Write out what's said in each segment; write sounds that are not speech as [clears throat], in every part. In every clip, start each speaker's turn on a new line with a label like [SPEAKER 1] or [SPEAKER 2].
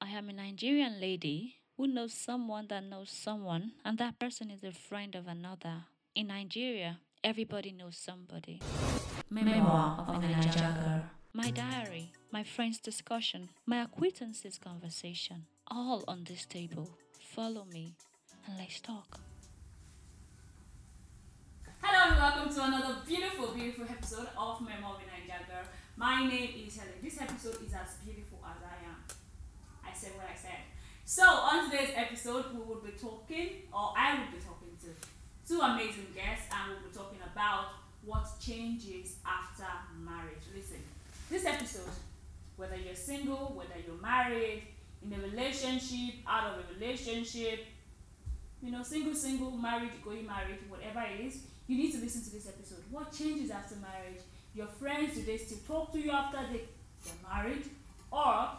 [SPEAKER 1] I'm a Nigerian lady who knows someone that knows someone, and that person is a friend of another. In Nigeria, everybody knows somebody. Memoir of a Nigerian girl. My diary, my friend's discussion, my acquaintances' conversation, all on this table. Follow me and let's talk.
[SPEAKER 2] Hello and welcome to another beautiful, beautiful episode of Memory Niger Girl. My name is Helen. This episode is as beautiful as I am. I said what I said. So on today's episode, we will be talking, or I will be talking to two amazing guests, and we'll be talking about what changes after marriage. Listen, this episode, whether you're single, whether you're married, in a relationship, out of a relationship, you know, single, single, married, going married, whatever it is, you need to listen to this episode. What changes after marriage? Your friends, do they still talk to you after they, they're married? Or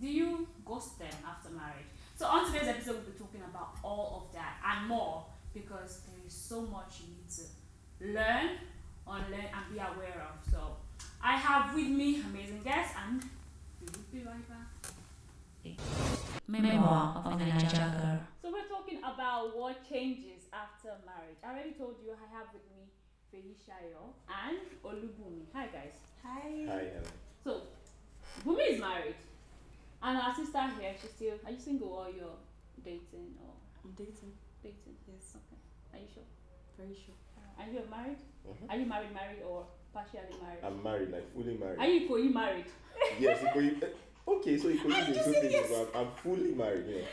[SPEAKER 2] do you ghost them after marriage? So, on today's episode, we'll be talking about all of that and more because there is so much you need to learn, unlearn, and be aware of. So, I have with me amazing guests, and we will be right back.
[SPEAKER 1] Memoir of a Nigerian girl.
[SPEAKER 2] So we're talking about what changes after marriage. I already told you I have with me Felishayo and Olubumi. Hi guys.
[SPEAKER 3] Hi.
[SPEAKER 4] Hi, Helen.
[SPEAKER 2] So Bumi is married, and our sister here, she's still. Are you single or you're dating or
[SPEAKER 3] I'm dating.
[SPEAKER 2] dating?
[SPEAKER 3] Yes,
[SPEAKER 2] Okay. Are you sure?
[SPEAKER 3] very sure.
[SPEAKER 2] Are you married?
[SPEAKER 4] Mhm.
[SPEAKER 2] Are you married, married or partially married?
[SPEAKER 4] I'm married, like fully
[SPEAKER 2] Are
[SPEAKER 4] married.
[SPEAKER 2] you equally married?
[SPEAKER 4] Yes, Ikoyi. eh, Okay, so Ikoyi
[SPEAKER 3] I
[SPEAKER 4] is
[SPEAKER 3] just
[SPEAKER 4] two
[SPEAKER 3] said
[SPEAKER 4] things,
[SPEAKER 3] yes.
[SPEAKER 4] but I'm fully married, you know.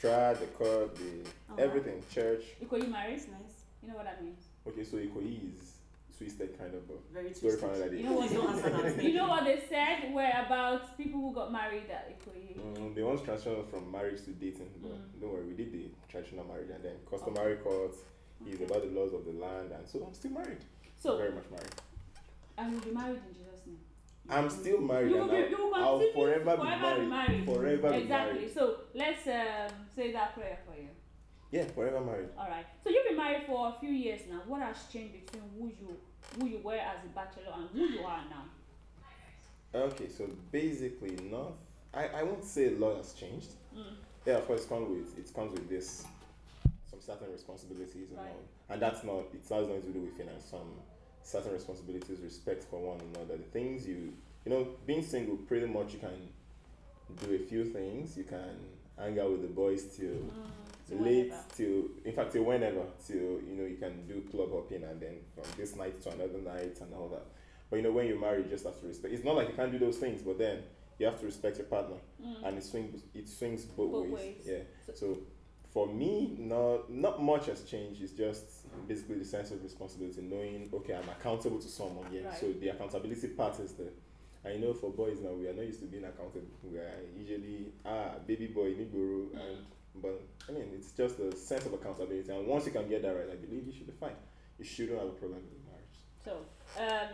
[SPEAKER 4] Trad, the court, the
[SPEAKER 3] Oh, wow.
[SPEAKER 4] everything, church.
[SPEAKER 2] Equally married?
[SPEAKER 3] It's nice.
[SPEAKER 2] You know what I mean?
[SPEAKER 4] Okay, so Ikoyi is twisted kind of, but
[SPEAKER 3] Very
[SPEAKER 4] very
[SPEAKER 3] twisted.
[SPEAKER 4] funny
[SPEAKER 3] [laughs]
[SPEAKER 4] like
[SPEAKER 3] You know what?
[SPEAKER 4] this.
[SPEAKER 3] Don't answer that.
[SPEAKER 2] You know what they said were about people who got married at equally.
[SPEAKER 4] Mm, they once transferred from marriage to dating, but
[SPEAKER 2] Mm.
[SPEAKER 4] don't worry, we did the traditional marriage and then customary court is about the laws of the land, and so I'm still married.
[SPEAKER 2] So
[SPEAKER 4] very much married.
[SPEAKER 2] I will be married in Jesus' name.
[SPEAKER 4] I'm still married,
[SPEAKER 2] You will
[SPEAKER 4] and
[SPEAKER 2] be-
[SPEAKER 4] I'll,
[SPEAKER 2] you will
[SPEAKER 4] I'll
[SPEAKER 2] continue
[SPEAKER 4] forever,
[SPEAKER 2] forever
[SPEAKER 4] be
[SPEAKER 2] be
[SPEAKER 4] married.
[SPEAKER 2] married.
[SPEAKER 4] Forever be
[SPEAKER 2] Exactly.
[SPEAKER 4] married.
[SPEAKER 2] So let's um, say that prayer for you.
[SPEAKER 4] Yeah, forever married.
[SPEAKER 2] All right. So you've been married for a few years now. What has changed between who you who you were as a bachelor and who you are now?
[SPEAKER 4] Okay, so basically, not. I, I won't say a lot has changed.
[SPEAKER 2] Mm.
[SPEAKER 4] Yeah, of course, it comes with it comes with this some certain responsibilities and
[SPEAKER 2] Right.
[SPEAKER 4] all, and that's not it has nothing to do with finance. Some certain responsibilities, respect for one another, the things you you know, being single, pretty much you can do a few things. You can hang out with the boys till
[SPEAKER 2] Mm, so
[SPEAKER 4] late
[SPEAKER 2] whatever.
[SPEAKER 4] till in fact till whenever till you know you can do club hopping and then from this night to another night and all that but you know when you marry you just have to respect it's not like you can't do those things but then you have to respect your partner
[SPEAKER 2] Mm.
[SPEAKER 4] and it swings it swings both,
[SPEAKER 2] Both
[SPEAKER 4] ways.
[SPEAKER 2] ways. So-
[SPEAKER 4] yeah so for me no not much has changed it's just basically the sense of responsibility knowing okay i'm accountable to someone yeah
[SPEAKER 2] Right.
[SPEAKER 4] so the accountability part is there I know for boys now we are not used to being accountable. We are usually ah baby boy niguru and but I mean it's just a sense of accountability and once you can get that right, I believe you should be fine. You shouldn't have a problem in marriage.
[SPEAKER 2] So um,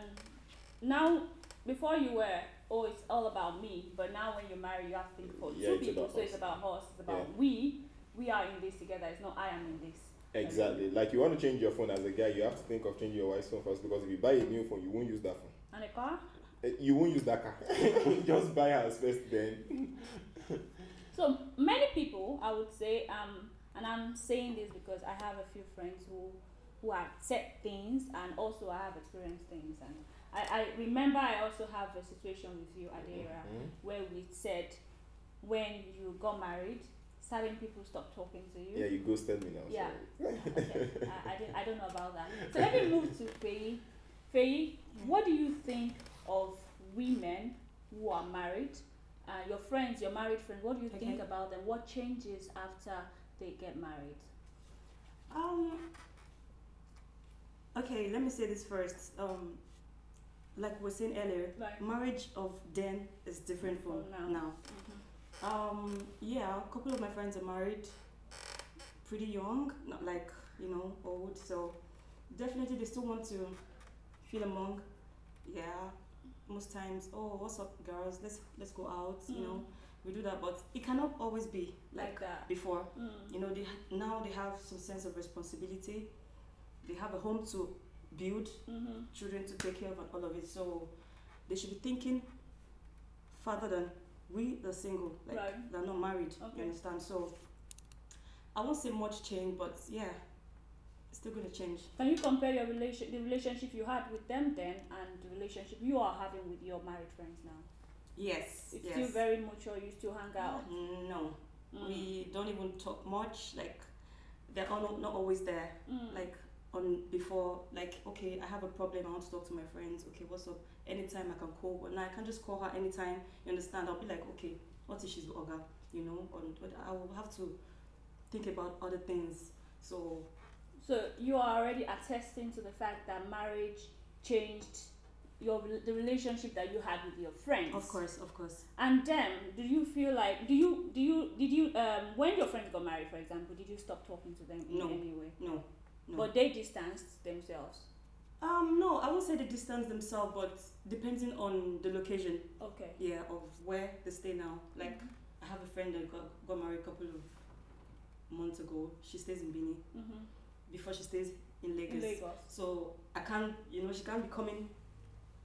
[SPEAKER 2] now before you were oh it's all about me, but now when you're married you have to think for
[SPEAKER 4] Yeah,
[SPEAKER 2] two
[SPEAKER 4] it's
[SPEAKER 2] people.
[SPEAKER 4] about
[SPEAKER 2] So it's
[SPEAKER 4] us.
[SPEAKER 2] about us. It's about
[SPEAKER 4] Yeah.
[SPEAKER 2] we. We are in this together. It's not I am in this.
[SPEAKER 4] Exactly. Like you want to change your phone as a guy, you have to think of changing your wife's phone first because if you buy a new phone, you won't use that phone.
[SPEAKER 2] And a car.
[SPEAKER 4] Eh, You won't use that car. [laughs] just buy hers first, then.
[SPEAKER 2] So many people, I would say, um, and I'm saying this because I have a few friends who who have said things, and also I have experienced things, and I, I remember I also have a situation with you, Adira,
[SPEAKER 4] Mhm.
[SPEAKER 2] where we said when you got married, certain people stopped talking to you.
[SPEAKER 4] Yeah, you ghosted me now.
[SPEAKER 2] Yeah.
[SPEAKER 4] sorry.
[SPEAKER 2] Okay, I, I, didn't, I don't know about that. So let me move to Faye. Faye, what do you think of women who are married? Uh, your friends, your married friends, what do you think
[SPEAKER 3] Okay.
[SPEAKER 2] about them? What changes after they get married?
[SPEAKER 3] Um. Okay, let me say this first. Um, like we were saying earlier,
[SPEAKER 2] Right.
[SPEAKER 3] marriage of then is different from
[SPEAKER 2] From now. Mm-hmm.
[SPEAKER 3] now. Um, yeah, a couple of my friends are married pretty young, not like, you know, old, so definitely they still want to feel among. Yeah. Most times, oh what's up girls, let's let's go out, you know. We do that, but it cannot always be
[SPEAKER 2] Mm.
[SPEAKER 3] like,
[SPEAKER 2] Like that.
[SPEAKER 3] before.
[SPEAKER 2] Mm.
[SPEAKER 3] You know, they ha- now they have some sense of responsibility. They have a home to build,
[SPEAKER 2] Mm-hmm.
[SPEAKER 3] children to take care of and all of it. So they should be thinking further than we the single, like
[SPEAKER 2] Right.
[SPEAKER 3] they're not married.
[SPEAKER 2] Okay.
[SPEAKER 3] You understand? So I won't say much change, but yeah, it's still gonna change.
[SPEAKER 2] Can you compare your relation, the relationship you had with them then, and the relationship you are having with your married friends now?
[SPEAKER 3] Yes.
[SPEAKER 2] It's
[SPEAKER 3] yes.
[SPEAKER 2] still very mature. You still hang out.
[SPEAKER 3] Mm, No, we don't even talk much. Like they're all not always there.
[SPEAKER 2] Mm.
[SPEAKER 3] Like on before, like okay, I have a problem. I want to talk to my friends. Okay, what's up? Anytime I can call. But now I can just call her anytime. You understand? I'll be like, okay, what if she's with Oga? You know, or but I will have to think about other things. So
[SPEAKER 2] So you are already attesting to the fact that marriage changed your rel- the relationship that you had with your friends.
[SPEAKER 3] of course, of course.
[SPEAKER 2] And then, do you feel like do you do you did you um when your friends got married, for example, did you stop talking to them in
[SPEAKER 3] No.
[SPEAKER 2] any way?
[SPEAKER 3] No, no.
[SPEAKER 2] But they distanced themselves.
[SPEAKER 3] um, no, I won't say they distance themselves, but depending on the location,
[SPEAKER 2] Okay.
[SPEAKER 3] yeah, of where they stay now. Like I have a friend that got, got married a couple of months ago. She stays in Benin
[SPEAKER 2] Mm-hmm.
[SPEAKER 3] before she stays in Lagos.
[SPEAKER 2] In Lagos.
[SPEAKER 3] So I can't, you know, she can't be coming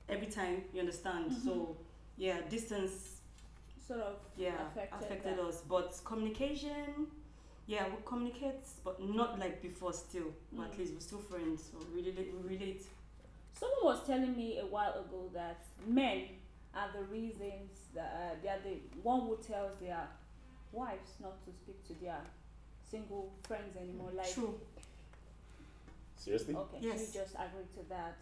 [SPEAKER 3] every time. You understand?
[SPEAKER 2] Mm-hmm.
[SPEAKER 3] So yeah, distance,
[SPEAKER 2] Sort of.
[SPEAKER 3] yeah,
[SPEAKER 2] Affected
[SPEAKER 3] affected,
[SPEAKER 2] that.
[SPEAKER 3] us. But communication, yeah, we communicate, but not like before. Still, but
[SPEAKER 2] Mm.
[SPEAKER 3] at least we're still friends. So we relate, we relate.
[SPEAKER 2] Someone was telling me a while ago that men are the reasons that uh, they are the one who tells their wives not to speak to their single friends anymore. Like,
[SPEAKER 3] True.
[SPEAKER 4] Seriously?
[SPEAKER 2] okay,
[SPEAKER 3] Yes.
[SPEAKER 2] she just agreed to that.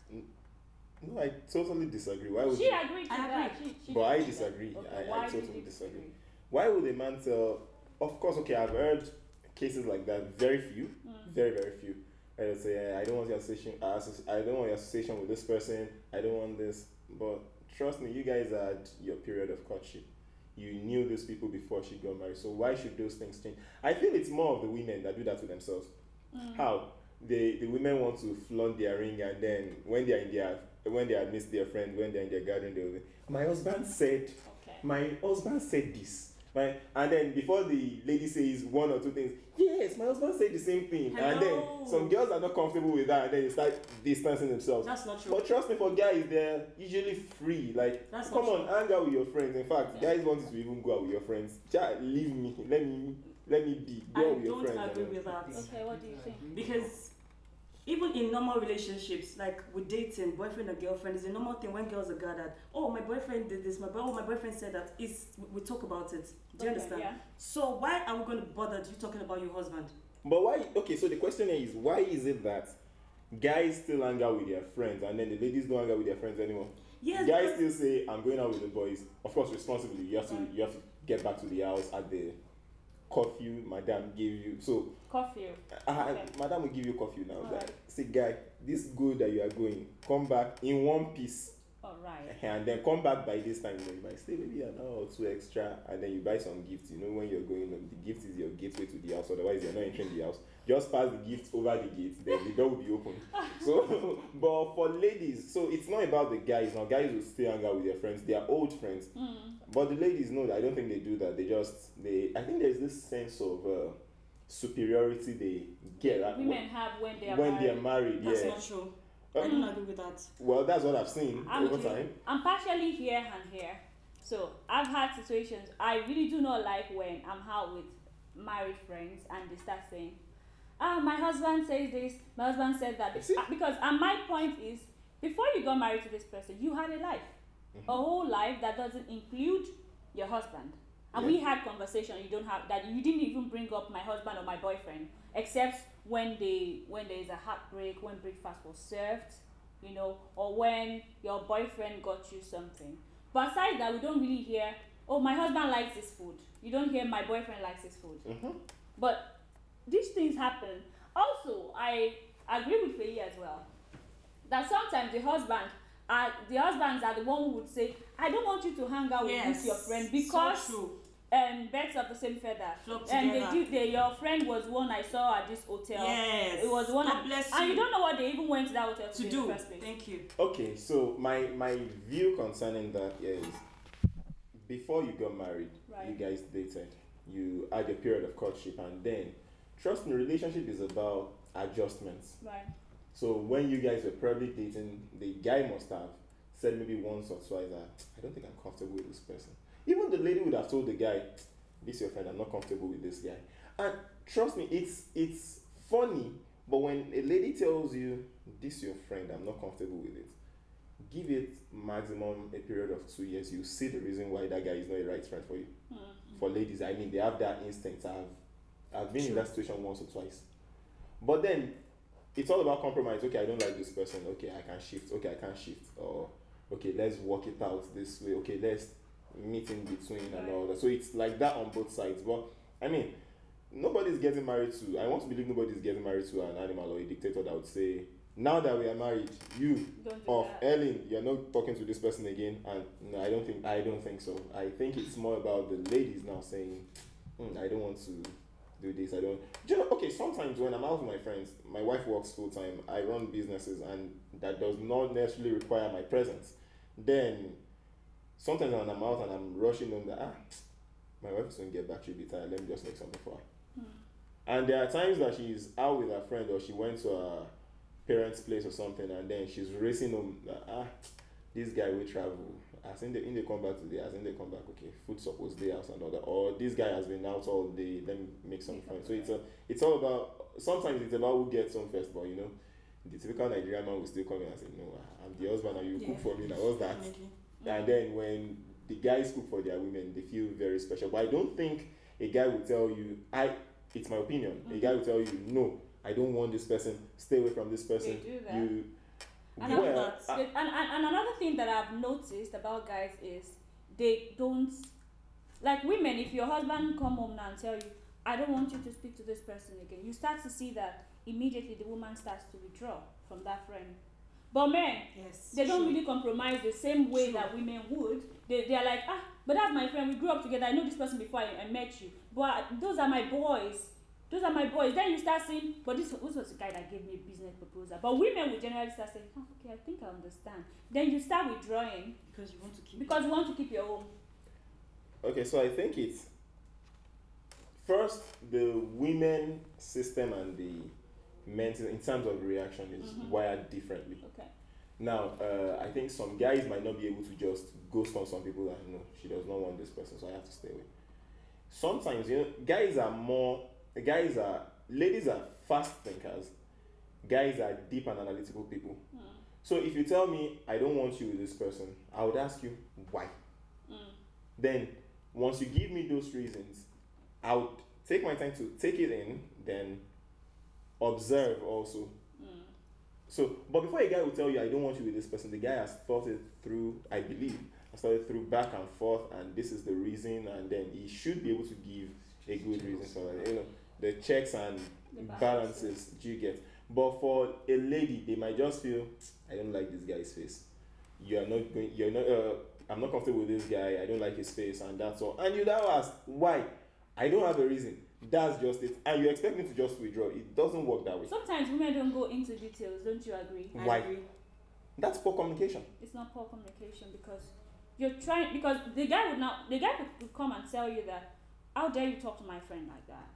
[SPEAKER 4] No, I totally disagree. Why would
[SPEAKER 2] She
[SPEAKER 4] you-
[SPEAKER 2] agreed to
[SPEAKER 3] I
[SPEAKER 2] that. She, she
[SPEAKER 4] But I
[SPEAKER 2] agreed to that.
[SPEAKER 4] disagree.
[SPEAKER 2] Okay,
[SPEAKER 4] I- I
[SPEAKER 2] why did
[SPEAKER 4] totally
[SPEAKER 2] you
[SPEAKER 4] disagree. why would a man tell of course okay i've heard cases like that very few very very few i would say i don't want your association uh, associ- i don't want your association with this person i don't want this but trust me you guys had your period of courtship you knew those people before she got married so why should those things change i feel it's more of the women that do that to themselves how the the women want to flaunt their ring and then when they're in their when they admit their friend when they're in their garden they'll be my husband said
[SPEAKER 2] Okay.
[SPEAKER 4] my husband said this my and then before the lady says one or two things yes my husband said the same thing and
[SPEAKER 3] Hello.
[SPEAKER 4] then some girls are not comfortable with that and then they start distancing themselves
[SPEAKER 3] That's not true.
[SPEAKER 4] but trust me for guys they're usually free like
[SPEAKER 3] That's
[SPEAKER 4] come
[SPEAKER 3] not
[SPEAKER 4] on hang out with your friends in fact
[SPEAKER 2] Yeah.
[SPEAKER 4] guys want you to even go out with your friends ja leave me let me let me be go out
[SPEAKER 3] I
[SPEAKER 4] with your
[SPEAKER 3] don't
[SPEAKER 4] friends
[SPEAKER 3] agree
[SPEAKER 4] and-
[SPEAKER 3] with that.
[SPEAKER 2] Okay, what do you think?
[SPEAKER 3] Because even in normal relationships, like with dating, boyfriend and girlfriend, is a normal thing when girls are gathered. Oh, my boyfriend did this. My boy, oh, my boyfriend said that. It's we talk about it. Do
[SPEAKER 2] Okay,
[SPEAKER 3] you understand?
[SPEAKER 2] yeah.
[SPEAKER 3] So why are we going to bother you talking about your husband?
[SPEAKER 4] But why? Okay, so the question here is why is it that guys still hang out with their friends and then the ladies don't hang out with their friends anymore?
[SPEAKER 3] Yes,
[SPEAKER 4] guys still
[SPEAKER 3] because-
[SPEAKER 4] say I'm going out with the boys. Of course, responsibly. You have to you have to get back to the house at the curfew madam gave you. So
[SPEAKER 2] Coffee.
[SPEAKER 4] uh,
[SPEAKER 2] Okay.
[SPEAKER 4] madam will give you curfew now.
[SPEAKER 2] Alright.
[SPEAKER 4] Like, say, guy, this go that you are going, come back in one piece.
[SPEAKER 2] All right.
[SPEAKER 4] And then come back by this time, you, know, you might stay maybe an hour or two extra, and then you buy some gifts. You know, when you're going, um, the gift is your gateway to the house, otherwise, you're not entering the house. Just pass the gift over the gate, then the door will be
[SPEAKER 2] [laughs]
[SPEAKER 4] open. So, [laughs] but for ladies, so it's not about the guys now. Guys will still hang out with their friends, their old friends.
[SPEAKER 2] Hmm.
[SPEAKER 4] But the ladies know that I don't think they do that. They just, they, I think there's this sense of uh, superiority they get at-
[SPEAKER 2] Women have when they are
[SPEAKER 4] when
[SPEAKER 2] married.
[SPEAKER 4] they are married.
[SPEAKER 3] that's
[SPEAKER 4] yeah.
[SPEAKER 3] not true. I
[SPEAKER 4] Um,
[SPEAKER 3] don't agree with that.
[SPEAKER 4] well, that's what I've seen
[SPEAKER 2] I'm,
[SPEAKER 4] over
[SPEAKER 2] with you.
[SPEAKER 4] time.
[SPEAKER 2] I'm partially here and here. So I've had situations I really do not like when I'm out with married friends and they start saying, ah, my husband says this, my husband said that.
[SPEAKER 4] See?
[SPEAKER 2] Ah, Because, and my point is, before you got married to this person, you had a life,
[SPEAKER 4] Mm-hmm.
[SPEAKER 2] a whole life that doesn't include your husband. And we had conversation you don't have that you didn't even bring up my husband or my boyfriend, except when they when there is a heartbreak, when breakfast was served, you know, or when your boyfriend got you something. But aside that, we don't really hear, oh, my husband likes his food. You don't hear, my boyfriend likes his food. But these things happen. Also, I agree with Faye as well that sometimes the husband. Uh, the husbands are the one who would say, "I don't want you to hang out with
[SPEAKER 3] Yes,
[SPEAKER 2] with your friend
[SPEAKER 3] so
[SPEAKER 2] because
[SPEAKER 3] true.
[SPEAKER 2] um, birds of the same feather."
[SPEAKER 3] Flock
[SPEAKER 2] and they
[SPEAKER 3] together.
[SPEAKER 2] did. They, your friend was one I saw at this hotel.
[SPEAKER 3] Yes.
[SPEAKER 2] It was one.
[SPEAKER 3] God
[SPEAKER 2] I-
[SPEAKER 3] bless
[SPEAKER 2] and you
[SPEAKER 3] you.
[SPEAKER 2] don't know what they even went to that hotel
[SPEAKER 3] to
[SPEAKER 2] do in
[SPEAKER 3] do.
[SPEAKER 2] the first place.
[SPEAKER 3] Thank you.
[SPEAKER 4] Okay, so my my view concerning that is before you got married,
[SPEAKER 2] Right.
[SPEAKER 4] you guys dated, you had a period of courtship, and then trust me, relationship is about adjustments.
[SPEAKER 2] Right.
[SPEAKER 4] So when you guys were probably dating, the guy must have said maybe once or twice that I don't think I'm comfortable with this person. Even the lady would have told the guy, "This is your friend. I'm not comfortable with this guy." And trust me, it's it's funny, but when a lady tells you, "This is your friend. I'm not comfortable with it," give it maximum a period of two years. You see the reason why that guy is not a right friend for you. For ladies, I mean, they have that instinct. I've I've been in
[SPEAKER 1] True.
[SPEAKER 4] that situation once or twice, but then it's all about compromise. Okay, I don't like this person. Okay, I can shift. Okay, I can shift. Or okay, let's work it out this way. Okay, let's meet in between and all that. So it's like that on both sides. But I mean, nobody's getting married to. I want to believe nobody's getting married to an animal or a dictator that would say, now that we are married, you
[SPEAKER 2] Don't do
[SPEAKER 4] of
[SPEAKER 2] that.
[SPEAKER 4] Ellen, you're not talking to this person again. And no, I don't think I don't think so. I think it's more about the ladies now saying, "Hmm, I don't want to do this. I don't. Do you know? Okay, sometimes when I'm out with my friends, my wife works full time. I run businesses, and that does not necessarily require my presence. Then sometimes when I'm out and I'm rushing on that, ah, my wife is gonna get back. She'll be tired. Let me just make something for her. And there are times that she's out with her friend or she went to her parents' place or something, and then she's racing home. Like, ah, this guy will travel. As in, they, in they come back today, as in they come back, okay, food suppose day house and all that. Or this guy has been out all day, let me make some friends. So it's a, it's all about, sometimes it's about who gets some first, but you know, the typical Nigerian man will still come in and say, no, I- I'm the husband and you
[SPEAKER 3] Yeah.
[SPEAKER 4] cook for me now. What's that?
[SPEAKER 3] Definitely.
[SPEAKER 2] Mm.
[SPEAKER 4] And then when the guys cook for their women, they feel very special. But I don't think a guy will tell you, I it's my opinion. A
[SPEAKER 2] Mm-hmm.
[SPEAKER 4] guy will tell you, no, I don't want this person, stay away from this person.
[SPEAKER 2] do that.
[SPEAKER 4] You
[SPEAKER 2] And I'm
[SPEAKER 4] well,
[SPEAKER 3] not-
[SPEAKER 4] I-
[SPEAKER 2] and, and, and another thing that I've noticed about guys is they don't like women. If your husband come home now and tell you, "I don't want you to speak to this person again," you start to see that immediately the woman starts to withdraw from that friend. But men,
[SPEAKER 3] Yes.
[SPEAKER 2] they don't
[SPEAKER 3] sure.
[SPEAKER 2] really compromise the same way
[SPEAKER 3] True.
[SPEAKER 2] that women would. They, they are like, ah, but that's my friend. We grew up together. I know this person before I, I met you. But I- those are my boys. Those are my boys. Then you start saying, but this, this was the guy that gave me a business proposal. But women would generally start saying, oh, okay, I think I understand. Then you start withdrawing
[SPEAKER 3] Because you want to keep.
[SPEAKER 2] because you want to keep your own.
[SPEAKER 4] Okay, so I think it's first the women system and the men in terms of reaction is
[SPEAKER 2] Mhm.
[SPEAKER 4] wired differently.
[SPEAKER 2] Okay.
[SPEAKER 4] Now, uh, I think some guys might not be able to just ghost on some people that no, she does not want this person, so I have to stay away. Sometimes you know, guys are more guys are ladies are fast thinkers, guys are deep and analytical people.
[SPEAKER 2] Mm,
[SPEAKER 4] So if you tell me I don't want you with this person, I would ask you why.
[SPEAKER 2] mm,
[SPEAKER 4] Then once you give me those reasons, I would take my time to take it in, then observe also
[SPEAKER 2] mm.
[SPEAKER 4] so, but before a guy will tell you, I don't want you with this person, the guy has thought it through, I believe, has thought it through back and forth, and this is the reason, and then he should be able to give a good reason for that. You know, the checks and
[SPEAKER 2] The
[SPEAKER 4] balances do you get. But for a lady, they might just feel, I don't like this guy's face. You are not going, you're not, uh, I'm not comfortable with this guy, I don't like his face, and that's all. And you now ask, why? I don't have a reason. That's just it. And you expect me to just withdraw. It doesn't work that way.
[SPEAKER 2] Sometimes women don't go into details, don't you agree?
[SPEAKER 3] I
[SPEAKER 4] why?
[SPEAKER 3] agree.
[SPEAKER 4] That's poor communication.
[SPEAKER 2] it's not poor communication because you're trying because the guy would not the guy would, would come and tell you that how dare you talk to my friend like that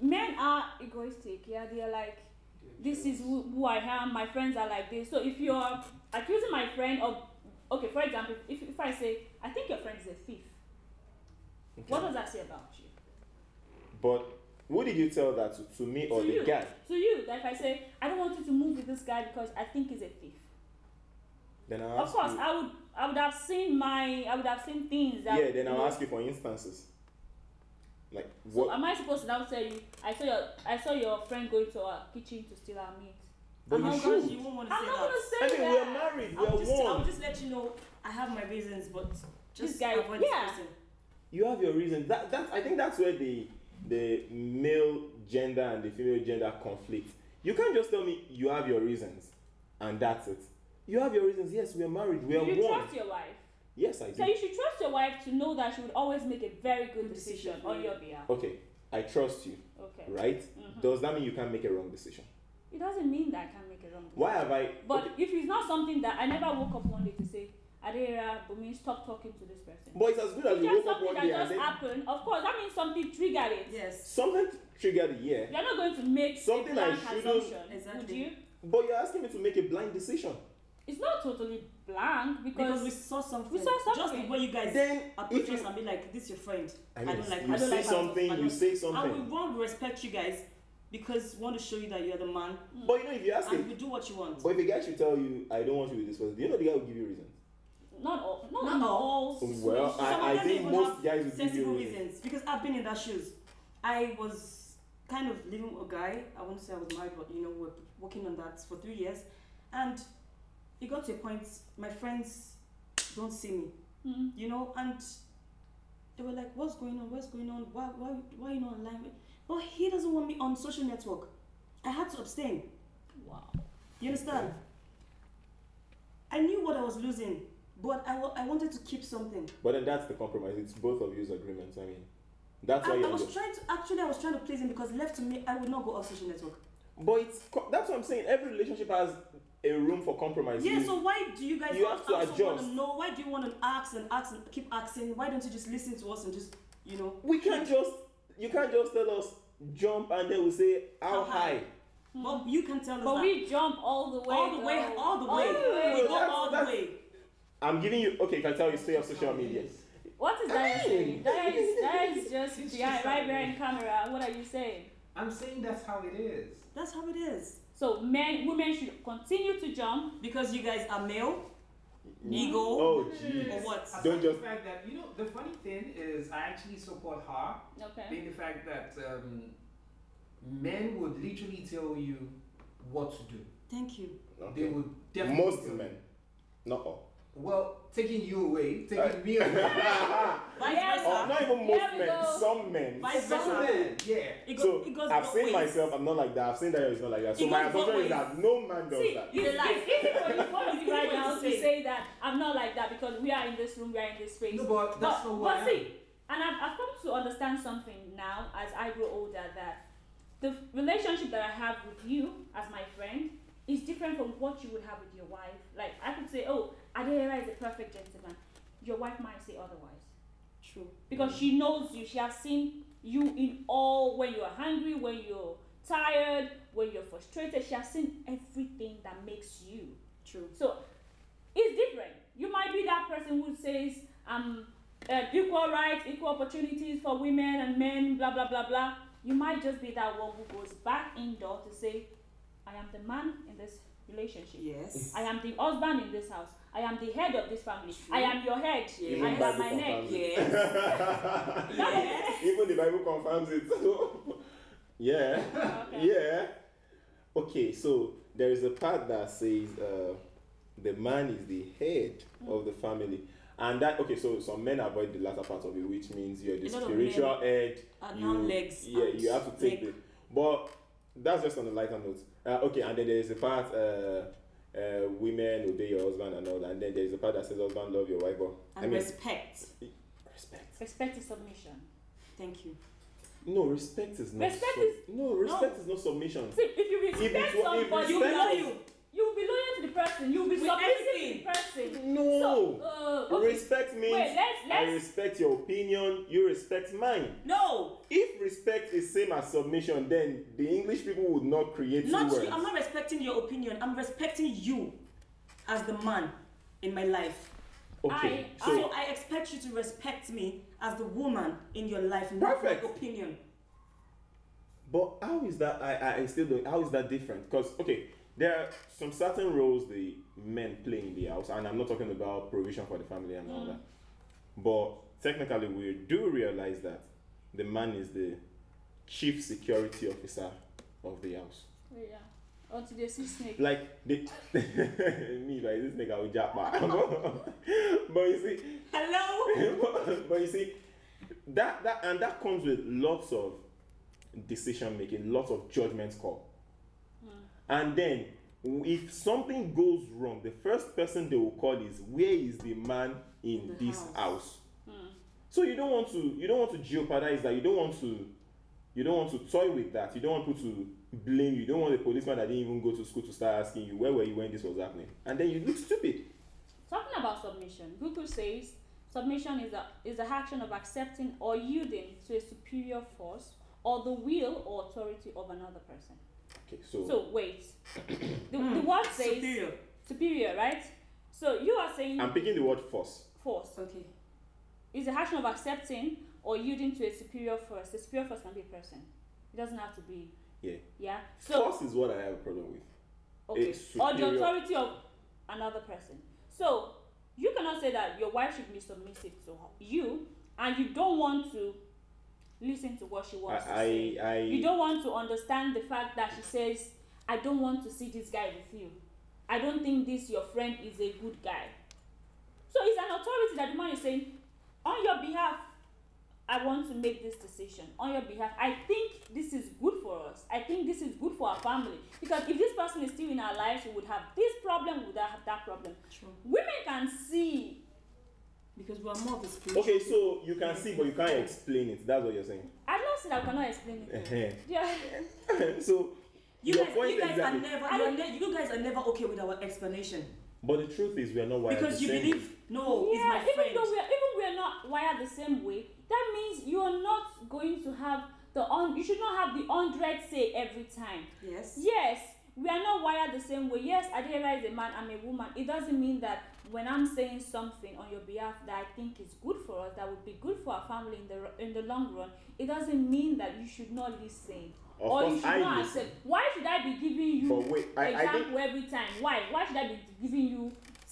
[SPEAKER 2] men are egoistic yeah they're like this is who, who i am my friends are like this so if you're accusing my friend of okay for example if, if i say i think your friend is a thief
[SPEAKER 4] Okay.
[SPEAKER 2] what does that say about you
[SPEAKER 4] But who did you tell that to? To me or
[SPEAKER 2] To
[SPEAKER 4] the
[SPEAKER 2] you.
[SPEAKER 4] guy?
[SPEAKER 2] to you that if i say i don't want you to move with this guy because i think he's a thief
[SPEAKER 4] Then I'll
[SPEAKER 2] of
[SPEAKER 4] ask
[SPEAKER 2] course
[SPEAKER 4] you.
[SPEAKER 2] i would i would have seen my i would have seen things that
[SPEAKER 4] yeah, then
[SPEAKER 2] you know,
[SPEAKER 4] I'll ask you for instances. Like
[SPEAKER 2] So uh,
[SPEAKER 4] what?
[SPEAKER 2] am I supposed to now tell you I saw your I saw your friend going to our kitchen to steal our meat?
[SPEAKER 4] but
[SPEAKER 3] oh
[SPEAKER 4] you
[SPEAKER 3] my
[SPEAKER 4] should.
[SPEAKER 3] gosh, you won't want to
[SPEAKER 2] I'm
[SPEAKER 3] say
[SPEAKER 2] not
[SPEAKER 3] that.
[SPEAKER 2] gonna say
[SPEAKER 4] I mean,
[SPEAKER 2] that.
[SPEAKER 4] we're married. We're
[SPEAKER 3] I'll just, I'll
[SPEAKER 4] one.
[SPEAKER 3] just let you know I have my reasons, but just
[SPEAKER 2] guy-
[SPEAKER 3] avoid
[SPEAKER 2] yeah.
[SPEAKER 3] this person.
[SPEAKER 4] You have your reason. That that I think that's where the the male gender and the female gender conflict. You can't just tell me you have your reasons, and that's it. You have your reasons. Yes, we are married. We are
[SPEAKER 2] you
[SPEAKER 4] one.
[SPEAKER 2] trust your wife.
[SPEAKER 4] Yes, I do.
[SPEAKER 2] So you should trust your wife to know that she would always make a very good
[SPEAKER 3] Good
[SPEAKER 2] decision
[SPEAKER 3] decision,
[SPEAKER 2] on
[SPEAKER 3] yeah.
[SPEAKER 2] your behalf.
[SPEAKER 4] Okay, I trust you.
[SPEAKER 2] Okay.
[SPEAKER 4] Right?
[SPEAKER 2] Mhm.
[SPEAKER 4] Does that mean you can't make a wrong decision?
[SPEAKER 2] It doesn't mean that I can't make a wrong decision.
[SPEAKER 4] Why have I?
[SPEAKER 2] But if it's not something that I never woke up one day to say, Adera Bumi, stop talking to this person.
[SPEAKER 4] But it's as good as
[SPEAKER 2] It's
[SPEAKER 4] you
[SPEAKER 2] just
[SPEAKER 4] woke up
[SPEAKER 2] something
[SPEAKER 4] one
[SPEAKER 2] that
[SPEAKER 4] day and
[SPEAKER 2] just
[SPEAKER 4] then
[SPEAKER 2] happened. Of course, that means something triggered it.
[SPEAKER 3] Yes.
[SPEAKER 4] something triggered the year.
[SPEAKER 2] You're not going to make
[SPEAKER 4] Something
[SPEAKER 2] a
[SPEAKER 4] I
[SPEAKER 2] blank
[SPEAKER 4] shouldn't-
[SPEAKER 2] assumption, would
[SPEAKER 3] Exactly.
[SPEAKER 2] you?
[SPEAKER 4] But you're asking me to make a blind decision.
[SPEAKER 2] It's not totally blind. blank because,
[SPEAKER 3] Because we saw something.
[SPEAKER 2] saw
[SPEAKER 3] Just
[SPEAKER 2] something.
[SPEAKER 3] the way you guys
[SPEAKER 4] Then,
[SPEAKER 3] approach
[SPEAKER 4] if you-
[SPEAKER 3] us and be like, this your friend.
[SPEAKER 4] I mean,
[SPEAKER 3] don't like
[SPEAKER 4] you
[SPEAKER 3] I don't
[SPEAKER 4] say
[SPEAKER 3] like her.
[SPEAKER 4] something,
[SPEAKER 3] I
[SPEAKER 4] you
[SPEAKER 3] don't-
[SPEAKER 4] say
[SPEAKER 3] And we
[SPEAKER 4] something.
[SPEAKER 3] want to respect you guys because we want to show you that you're the man
[SPEAKER 4] But you know, if you ask
[SPEAKER 3] and
[SPEAKER 4] him,
[SPEAKER 3] we do what you want.
[SPEAKER 4] but if a guy should tell you, I don't want you with this person, do you know the guy will give you reasons?
[SPEAKER 2] not all, not,
[SPEAKER 3] Not
[SPEAKER 2] all.
[SPEAKER 3] all.
[SPEAKER 4] Oh, Well, I-
[SPEAKER 3] Some of
[SPEAKER 4] I
[SPEAKER 3] them
[SPEAKER 4] think
[SPEAKER 3] even
[SPEAKER 4] most
[SPEAKER 3] have
[SPEAKER 4] guys would give you
[SPEAKER 3] sensible
[SPEAKER 4] reasons.
[SPEAKER 3] reasons because I've been in their shoes. I was kind of living with a guy. I won't say I was married, but you know, we're working on that for three years, and it got to a point. My friends don't see me,
[SPEAKER 2] Mm.
[SPEAKER 3] you know, and they were like, "What's going on? What's going on? Why, why, why are you not online?" But he doesn't want me on social network. I had to abstain.
[SPEAKER 2] Wow.
[SPEAKER 3] You understand? I knew what I was losing, but I wa- I wanted to keep something.
[SPEAKER 4] But then that's the compromise. It's both of you's agreements. I mean, that's
[SPEAKER 3] I,
[SPEAKER 4] why
[SPEAKER 3] I
[SPEAKER 4] you're.
[SPEAKER 3] was trying to actually I was trying to please him because left to me I would not go off social network.
[SPEAKER 4] But it's co- that's what I'm saying. Every relationship has a room for compromise.
[SPEAKER 3] Yeah,
[SPEAKER 4] You-
[SPEAKER 3] so why do you guys
[SPEAKER 4] you have to
[SPEAKER 3] want
[SPEAKER 4] adjust.
[SPEAKER 3] to know? Why do you want to ask and ask and keep asking? Why don't you just listen to us and just you know?
[SPEAKER 4] we can't just you can't just tell us jump and then we say
[SPEAKER 3] How
[SPEAKER 4] how high.
[SPEAKER 3] high? But you can tell us
[SPEAKER 2] But
[SPEAKER 3] that.
[SPEAKER 2] we jump all the way.
[SPEAKER 3] all the way,
[SPEAKER 2] though.
[SPEAKER 3] all the way,
[SPEAKER 4] way.
[SPEAKER 3] we go
[SPEAKER 4] That's-
[SPEAKER 3] all the
[SPEAKER 4] that's-
[SPEAKER 3] way.
[SPEAKER 4] I'm giving you okay. If I tell you stay off social media,
[SPEAKER 2] What is that
[SPEAKER 4] Hey!
[SPEAKER 2] saying? That is that
[SPEAKER 3] [laughs]
[SPEAKER 2] is just
[SPEAKER 5] It's
[SPEAKER 2] behind,
[SPEAKER 5] just
[SPEAKER 2] right
[SPEAKER 5] something.
[SPEAKER 2] behind camera. What are you saying?
[SPEAKER 5] I'm saying that's how it is.
[SPEAKER 3] That's how it is
[SPEAKER 2] So men, women should continue to jump.
[SPEAKER 3] because you guys are male, ego,
[SPEAKER 4] Oh
[SPEAKER 3] or
[SPEAKER 4] jeez.
[SPEAKER 3] what?
[SPEAKER 5] Aside
[SPEAKER 4] Don't
[SPEAKER 5] the
[SPEAKER 4] just-
[SPEAKER 5] fact that you know the funny thing is I actually support her
[SPEAKER 2] Okay.
[SPEAKER 5] in the fact that um, men would literally tell you what to do.
[SPEAKER 3] Thank you.
[SPEAKER 5] They
[SPEAKER 4] Okay.
[SPEAKER 5] would definitely
[SPEAKER 4] Most
[SPEAKER 5] tell
[SPEAKER 4] men,
[SPEAKER 5] you.
[SPEAKER 4] not all.
[SPEAKER 5] Well, taking you away, taking me away.
[SPEAKER 3] Vice
[SPEAKER 2] Yeah,
[SPEAKER 3] versa.
[SPEAKER 4] Or not even
[SPEAKER 2] Here
[SPEAKER 4] most
[SPEAKER 2] we
[SPEAKER 4] men.
[SPEAKER 2] go.
[SPEAKER 4] [laughs] Some men.
[SPEAKER 3] Vice
[SPEAKER 5] Some
[SPEAKER 3] versa.
[SPEAKER 5] men, yeah.
[SPEAKER 3] It goes,
[SPEAKER 4] So
[SPEAKER 3] it goes
[SPEAKER 4] I've
[SPEAKER 3] both
[SPEAKER 4] seen
[SPEAKER 3] ways.
[SPEAKER 4] myself. I'm not like that. I've seen that it's not like that. So
[SPEAKER 3] It
[SPEAKER 4] my
[SPEAKER 3] goes both
[SPEAKER 4] assumption
[SPEAKER 3] ways.
[SPEAKER 4] is that no man does
[SPEAKER 2] See,
[SPEAKER 4] that.
[SPEAKER 3] You're
[SPEAKER 2] it's,
[SPEAKER 3] alive.
[SPEAKER 2] it's easy for you, for
[SPEAKER 3] It's
[SPEAKER 2] you right
[SPEAKER 3] easy
[SPEAKER 2] now
[SPEAKER 3] to
[SPEAKER 2] to
[SPEAKER 3] say.
[SPEAKER 2] say that I'm not like that because we are in this room, we are in this space.
[SPEAKER 5] No, but that's
[SPEAKER 2] but,
[SPEAKER 5] not what
[SPEAKER 2] but
[SPEAKER 5] I am.
[SPEAKER 2] see, and I've, I've come to understand something now as I grow older that the relationship that I have with you as my friend is different from what you would have with your wife. Like I could say, oh, Adeyera is a perfect gentleman. Your wife might say otherwise
[SPEAKER 3] True.
[SPEAKER 2] because she knows you. She has seen you in all when you're hungry, when you're tired, when you're frustrated. She has seen everything that makes you.
[SPEAKER 3] True.
[SPEAKER 2] So it's different. You might be that person who says, um, uh, equal rights, equal opportunities for women and men, blah, blah, blah, blah. You might just be that one who goes back indoor to say, I am the man in this relationship.
[SPEAKER 4] [laughs]
[SPEAKER 3] Yes.
[SPEAKER 2] I am the husband in this house. I am the head of this family.
[SPEAKER 3] True.
[SPEAKER 2] I am your head.
[SPEAKER 3] Even
[SPEAKER 2] I am
[SPEAKER 4] Bible
[SPEAKER 2] my neck.
[SPEAKER 4] confirms it.
[SPEAKER 3] Yes.
[SPEAKER 2] Yes.
[SPEAKER 4] Even the Bible confirms it. So, [laughs] yeah.
[SPEAKER 2] Okay.
[SPEAKER 4] Yeah. Okay, so there is a part that says uh, the man is the head of the family. And that okay, so some men avoid the latter part of it, which means you're the
[SPEAKER 3] A lot of
[SPEAKER 4] spiritual head.
[SPEAKER 3] And
[SPEAKER 4] you-
[SPEAKER 3] now legs.
[SPEAKER 4] Yeah,
[SPEAKER 3] and
[SPEAKER 4] you have to take
[SPEAKER 3] neck.
[SPEAKER 4] the but that's just on a lighter note. Uh, okay, and then there is a part uh, uh, women obey your husband and all that, and then there is a part that says husband love your wife, but
[SPEAKER 3] and
[SPEAKER 4] I mean
[SPEAKER 3] respect.
[SPEAKER 4] respect.
[SPEAKER 2] Respect is submission.
[SPEAKER 3] Thank you.
[SPEAKER 4] No, respect is not.
[SPEAKER 2] Respect
[SPEAKER 4] sub-
[SPEAKER 2] is-
[SPEAKER 4] no respect is not submission.
[SPEAKER 2] See, if you
[SPEAKER 4] If
[SPEAKER 2] respect
[SPEAKER 4] it wa- if
[SPEAKER 2] somebody,
[SPEAKER 4] respect
[SPEAKER 2] you will
[SPEAKER 4] was-
[SPEAKER 2] you. You will be loyal to the person. You will be
[SPEAKER 3] With
[SPEAKER 2] submissive to the person.
[SPEAKER 4] No.
[SPEAKER 2] So, uh, okay.
[SPEAKER 4] Respect means
[SPEAKER 2] Wait, let's
[SPEAKER 4] I
[SPEAKER 2] let's
[SPEAKER 4] respect your opinion, you respect mine.
[SPEAKER 3] No,
[SPEAKER 4] If respect is same as submission, then the English people would not create
[SPEAKER 3] not
[SPEAKER 4] two words.
[SPEAKER 3] you. I'm not respecting your opinion. I'm respecting you as the man in my life.
[SPEAKER 4] okay,
[SPEAKER 2] I-
[SPEAKER 4] so
[SPEAKER 3] so I expect you to respect me as the woman in your life, not
[SPEAKER 4] Perfect.
[SPEAKER 3] my opinion.
[SPEAKER 4] but how is that? I, I- I still don't. How is that different? Because okay, there are some certain roles the men play in the house, and I'm not talking about provision for the family and all that. But technically, we do realize that the man is the chief security officer of the house.
[SPEAKER 2] yeah. Onto the sea snake.
[SPEAKER 4] like the [laughs] me like this nigga will jump back. [laughs] but you see,
[SPEAKER 3] Hello.
[SPEAKER 4] [laughs] but you see, that that and that comes with lots of decision making, lots of judgment call,
[SPEAKER 3] Hmm.
[SPEAKER 4] and then if something goes wrong, the first person they will call is where is the man in
[SPEAKER 3] The
[SPEAKER 4] this
[SPEAKER 3] house. Hmm.
[SPEAKER 4] house. So you don't want to you don't want to jeopardize that. You don't want to you don't want to toy with that. You don't want people to blame you. You don't want the policeman that didn't even go to school to start asking you where were you when this was happening, and then you look stupid.
[SPEAKER 2] Talking about submission, Google says submission is a is the action of accepting or yielding to a superior force or the will or authority of another person.
[SPEAKER 4] Okay, so, [coughs]
[SPEAKER 2] So wait, the, the word says
[SPEAKER 3] Hmm. Superior.
[SPEAKER 2] superior, right? So you are saying
[SPEAKER 4] I'm picking the word force.
[SPEAKER 2] force
[SPEAKER 3] Okay.
[SPEAKER 2] is the action of accepting or yielding to a superior force. The superior force can be a person. It doesn't have to be.
[SPEAKER 4] Yeah.
[SPEAKER 2] Yeah. So
[SPEAKER 4] force is what I have a problem with.
[SPEAKER 2] okay.
[SPEAKER 4] is
[SPEAKER 2] Or the
[SPEAKER 4] superior.
[SPEAKER 2] authority of another person. So you cannot say that your wife should be submissive to you, and you don't want to listen to what she wants to say.
[SPEAKER 4] I I, I
[SPEAKER 2] you don't want to understand the fact that she says i don't want to see this guy with you i don't think this your friend is a good guy so it's an authority that the man is saying on your behalf i want to make this decision on your behalf i think this is good for us i think this is good for our family because if this person is still in our lives we would have this problem we would have that problem
[SPEAKER 3] True.
[SPEAKER 2] women can see
[SPEAKER 3] Because we are more of a spiritual.
[SPEAKER 4] Okay, so you can see, but you can't explain it. That's what you're saying.
[SPEAKER 2] i don't see that we cannot explain it
[SPEAKER 4] Ehem.
[SPEAKER 2] yeah.
[SPEAKER 4] [laughs] so
[SPEAKER 3] Eh. You
[SPEAKER 4] your
[SPEAKER 3] guys,
[SPEAKER 4] point
[SPEAKER 3] you guys
[SPEAKER 4] exactly.
[SPEAKER 3] are never, you, are ne- you guys are never okay with our explanation
[SPEAKER 4] But the truth is, we are not wired
[SPEAKER 3] because
[SPEAKER 4] the
[SPEAKER 3] you
[SPEAKER 4] same.
[SPEAKER 3] believe no, Oh, it's
[SPEAKER 2] yeah,
[SPEAKER 3] my
[SPEAKER 2] even
[SPEAKER 3] friend.
[SPEAKER 2] though we're even we're not wired the same way, that means you are not going to have the on. You should not have the hundred say every time.
[SPEAKER 3] Yes.
[SPEAKER 2] Yes, we are not wired the same way. Yes, Adera is a man. I'm a woman. It doesn't mean that when I'm saying something on your behalf that I think is good for us, that would be good for our family in the r- in the long run. It doesn't mean that you should not listen.
[SPEAKER 4] Of
[SPEAKER 2] or you
[SPEAKER 4] course,
[SPEAKER 2] should
[SPEAKER 4] I
[SPEAKER 2] not
[SPEAKER 4] listen.
[SPEAKER 2] accept. Why should I be giving you
[SPEAKER 4] But wait, I, I think
[SPEAKER 2] example every time? Why? Why should I be giving you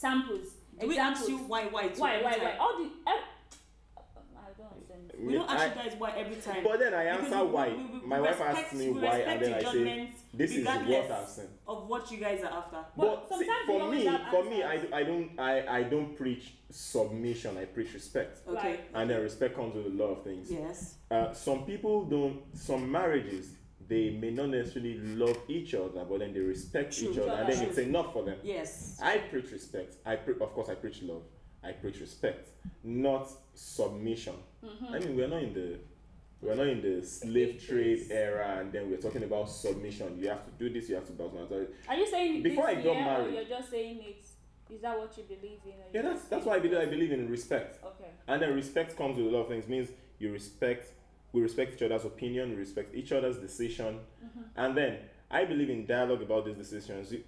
[SPEAKER 2] samples?
[SPEAKER 3] Do we ask
[SPEAKER 2] examples?
[SPEAKER 3] you why, why, too
[SPEAKER 2] why
[SPEAKER 3] every
[SPEAKER 2] why Oh.
[SPEAKER 3] time?
[SPEAKER 2] why all the ev- i don't understand
[SPEAKER 3] We don't ask you guys why every
[SPEAKER 4] I,
[SPEAKER 3] time.
[SPEAKER 4] But then I
[SPEAKER 3] Because
[SPEAKER 4] answer
[SPEAKER 3] we-
[SPEAKER 4] why.
[SPEAKER 3] we- we
[SPEAKER 4] My wife
[SPEAKER 3] respect-
[SPEAKER 4] asks me
[SPEAKER 3] we
[SPEAKER 4] why,
[SPEAKER 3] respect
[SPEAKER 4] and then
[SPEAKER 3] the
[SPEAKER 4] I say,
[SPEAKER 3] judgment
[SPEAKER 4] "This is
[SPEAKER 3] regardless
[SPEAKER 4] what I've seen."
[SPEAKER 3] of what you guys are after.
[SPEAKER 4] But,
[SPEAKER 2] But
[SPEAKER 4] see,
[SPEAKER 2] sometimes we
[SPEAKER 4] for
[SPEAKER 2] always
[SPEAKER 4] me,
[SPEAKER 2] have
[SPEAKER 4] for me, I,
[SPEAKER 2] answers.
[SPEAKER 4] I don't, I, I don't preach submission. I preach respect,
[SPEAKER 3] Okay.
[SPEAKER 2] Right.
[SPEAKER 4] and then respect comes with a lot of things.
[SPEAKER 3] Yes.
[SPEAKER 4] Uh, some people don't. Some marriages, they may not necessarily love each other, but then they respect
[SPEAKER 3] True.
[SPEAKER 4] each other, and then
[SPEAKER 2] True.
[SPEAKER 4] it's enough for them.
[SPEAKER 3] Yes.
[SPEAKER 4] I preach respect. I pre- of course I preach love. I preach respect, not submission. I mean we're not in the we're not in the slave trade era, and then we're talking about submission. You have to do this. You have to bow down. to-
[SPEAKER 2] are you saying
[SPEAKER 4] Before
[SPEAKER 2] this
[SPEAKER 4] I got
[SPEAKER 2] year, or
[SPEAKER 4] married-
[SPEAKER 2] you're just saying it is that what you believe in or you
[SPEAKER 4] Yeah, that's
[SPEAKER 2] just
[SPEAKER 4] that's
[SPEAKER 2] think
[SPEAKER 4] why I believe I
[SPEAKER 2] it?
[SPEAKER 4] believe in respect,
[SPEAKER 2] okay
[SPEAKER 4] and then respect comes with a lot of things. means you respect. We respect each other's opinion. We respect each other's decision, and then I believe in dialogue about these decisions. You-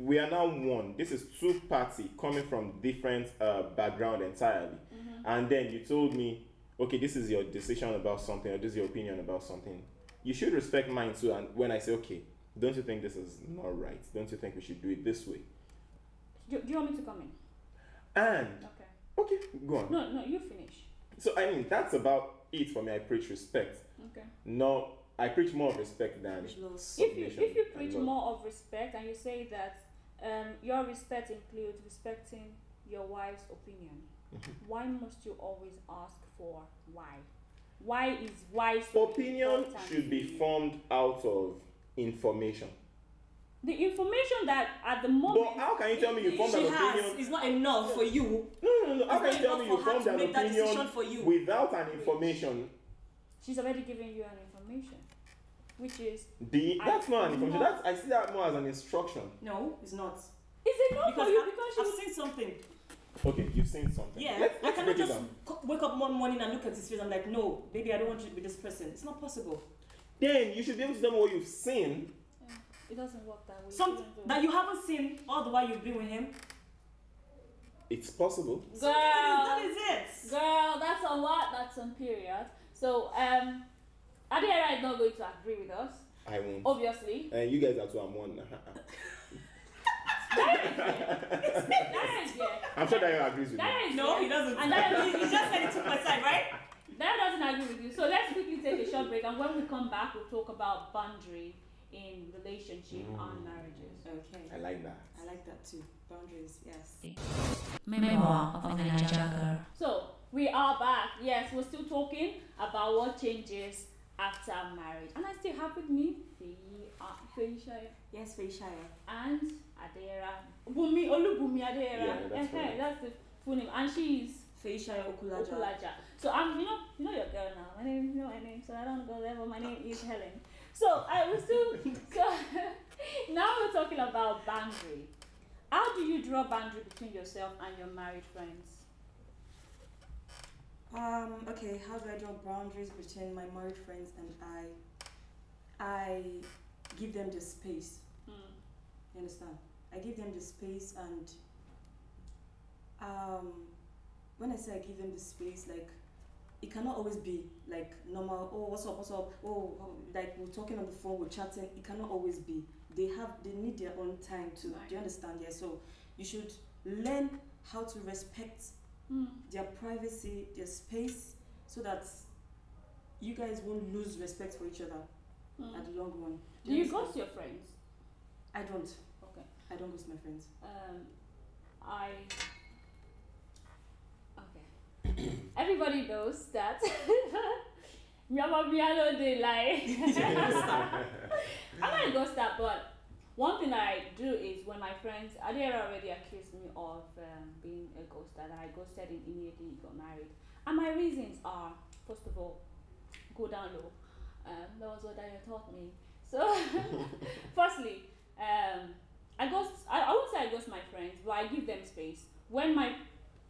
[SPEAKER 4] we are now one. This is two party coming from different uh, background entirely. And then you told me, okay, this is your decision about something, or this is your opinion about something. You should respect mine too. And when I say, okay, don't you think this is not right? Don't you think we should do it this way?
[SPEAKER 2] do, do you want me to come in
[SPEAKER 4] And
[SPEAKER 2] okay
[SPEAKER 4] okay, go on.
[SPEAKER 2] no no you finish
[SPEAKER 4] So I mean, that's about it for me. I preach respect.
[SPEAKER 2] okay
[SPEAKER 4] No, I preach more of respect than
[SPEAKER 3] Which loss?
[SPEAKER 2] if you
[SPEAKER 4] submission.
[SPEAKER 2] if you
[SPEAKER 4] and
[SPEAKER 2] preach
[SPEAKER 4] love.
[SPEAKER 2] more of respect and you say that um, your respect includes respecting your wife's
[SPEAKER 4] [laughs]
[SPEAKER 2] opinion why must you always ask for why why is why so
[SPEAKER 4] opinion
[SPEAKER 2] important
[SPEAKER 4] should
[SPEAKER 2] to
[SPEAKER 4] be
[SPEAKER 2] you?
[SPEAKER 4] formed out of information.
[SPEAKER 2] the information that at the moment
[SPEAKER 4] But how can you tell me you formed
[SPEAKER 3] Oh, she
[SPEAKER 4] an
[SPEAKER 3] has.
[SPEAKER 4] opinion?
[SPEAKER 3] It's not enough for you.
[SPEAKER 4] No, no, no. no.
[SPEAKER 3] It's
[SPEAKER 4] How can you
[SPEAKER 3] not
[SPEAKER 4] tell me
[SPEAKER 3] enough
[SPEAKER 4] you
[SPEAKER 3] for her
[SPEAKER 4] formed
[SPEAKER 3] to
[SPEAKER 4] an
[SPEAKER 3] make that
[SPEAKER 4] opinion
[SPEAKER 3] decision for you.
[SPEAKER 4] without an information?
[SPEAKER 2] she's already given you an information which is
[SPEAKER 4] The,
[SPEAKER 2] I
[SPEAKER 4] that's not an information.
[SPEAKER 2] cannot-
[SPEAKER 4] That's, I see that more as an instruction.
[SPEAKER 3] No, it's not.
[SPEAKER 2] is it not for
[SPEAKER 3] Because
[SPEAKER 2] you
[SPEAKER 3] I,
[SPEAKER 2] because
[SPEAKER 3] I've
[SPEAKER 2] she's
[SPEAKER 3] seen something.
[SPEAKER 4] Okay, you've seen something.
[SPEAKER 3] Yeah,
[SPEAKER 4] Let's,
[SPEAKER 3] I
[SPEAKER 4] let's
[SPEAKER 3] cannot
[SPEAKER 4] break it
[SPEAKER 3] just
[SPEAKER 4] down.
[SPEAKER 3] co- wake up one morning and look at his face. I'm like, no, baby, I don't want you to be this person. It's not possible.
[SPEAKER 4] Then you should be able to tell me what you've seen.
[SPEAKER 2] it doesn't work that way
[SPEAKER 3] Something
[SPEAKER 2] It doesn't
[SPEAKER 3] that
[SPEAKER 2] work.
[SPEAKER 3] you haven't seen all the while you've been with him.
[SPEAKER 4] It's possible.
[SPEAKER 3] So that
[SPEAKER 2] girl
[SPEAKER 3] is that is it.
[SPEAKER 2] girl that's on what that's on period so um Adira is not going to agree with us
[SPEAKER 4] I won't.
[SPEAKER 3] Oh.
[SPEAKER 4] [laughs]
[SPEAKER 2] obviously
[SPEAKER 4] And you guys are two. I'm one. [laughs]
[SPEAKER 2] Dara is here
[SPEAKER 4] I'm sure that you agrees with me.
[SPEAKER 2] Dara is
[SPEAKER 3] No, he
[SPEAKER 2] here
[SPEAKER 3] doesn't.
[SPEAKER 2] And that is-
[SPEAKER 3] he just said he took my side, right?
[SPEAKER 2] Dara doesn't agree with you so let's quickly take a short break and when we come back we'll talk about boundary in relationship and marriages
[SPEAKER 4] I
[SPEAKER 3] Okay,
[SPEAKER 4] like that.
[SPEAKER 3] I like that too. Boundaries, yes.
[SPEAKER 1] Memoir of a Niger Girl.
[SPEAKER 2] So we are back. Yes, we're still talking about what changes after marriage. And I still have with me Feyi, uh, Feyi Shayo
[SPEAKER 3] Yes, Feishaya.
[SPEAKER 2] and Adera. Bumi, Olubumi Adera.
[SPEAKER 4] Yeah, that's
[SPEAKER 2] Eh, eh,
[SPEAKER 4] right.
[SPEAKER 2] that's the full name. And she is
[SPEAKER 3] Feishaya Okulaja.
[SPEAKER 2] Okulaja. So I'm, you know, you know your girl now. My name, you know my name, so I don't go there. But my name is Helen. So I was still. so [laughs] now we're talking about boundary. How do you draw boundary between yourself and your married friends?
[SPEAKER 3] Um, okay, how do I draw boundaries between my married friends and I? I give them the space.
[SPEAKER 2] Hmm.
[SPEAKER 3] You understand? I give them the space and um, when I say I give him the space, like it cannot always be like normal. Oh, what's up? What's up? Oh, um, like we're talking on the phone, we're chatting. It cannot always be. They have they need their own time too. Do
[SPEAKER 2] Right.
[SPEAKER 3] you understand? Yeah. So you should learn how to respect
[SPEAKER 2] Mm.
[SPEAKER 3] their privacy, their space, so that you guys won't lose respect for each other
[SPEAKER 2] Mm.
[SPEAKER 3] at the long run.
[SPEAKER 2] Do you
[SPEAKER 3] understand?
[SPEAKER 2] ghost your friends?
[SPEAKER 3] I don't.
[SPEAKER 2] Okay.
[SPEAKER 3] I don't ghost my friends.
[SPEAKER 2] Um, I. Okay. Everybody knows that. [laughs] Mama Bialo, they [laughs] lie. I'm not a ghoster, but one thing I do is when my friends, Adira already accused me of um, being a ghoster, that I ghosted him immediately he got married. And my reasons are, first of all, go down low. Um, that was what Daniel taught me. So, [laughs] firstly, um, I ghost, I, I won't say I ghost my friends, but I give them space. When my,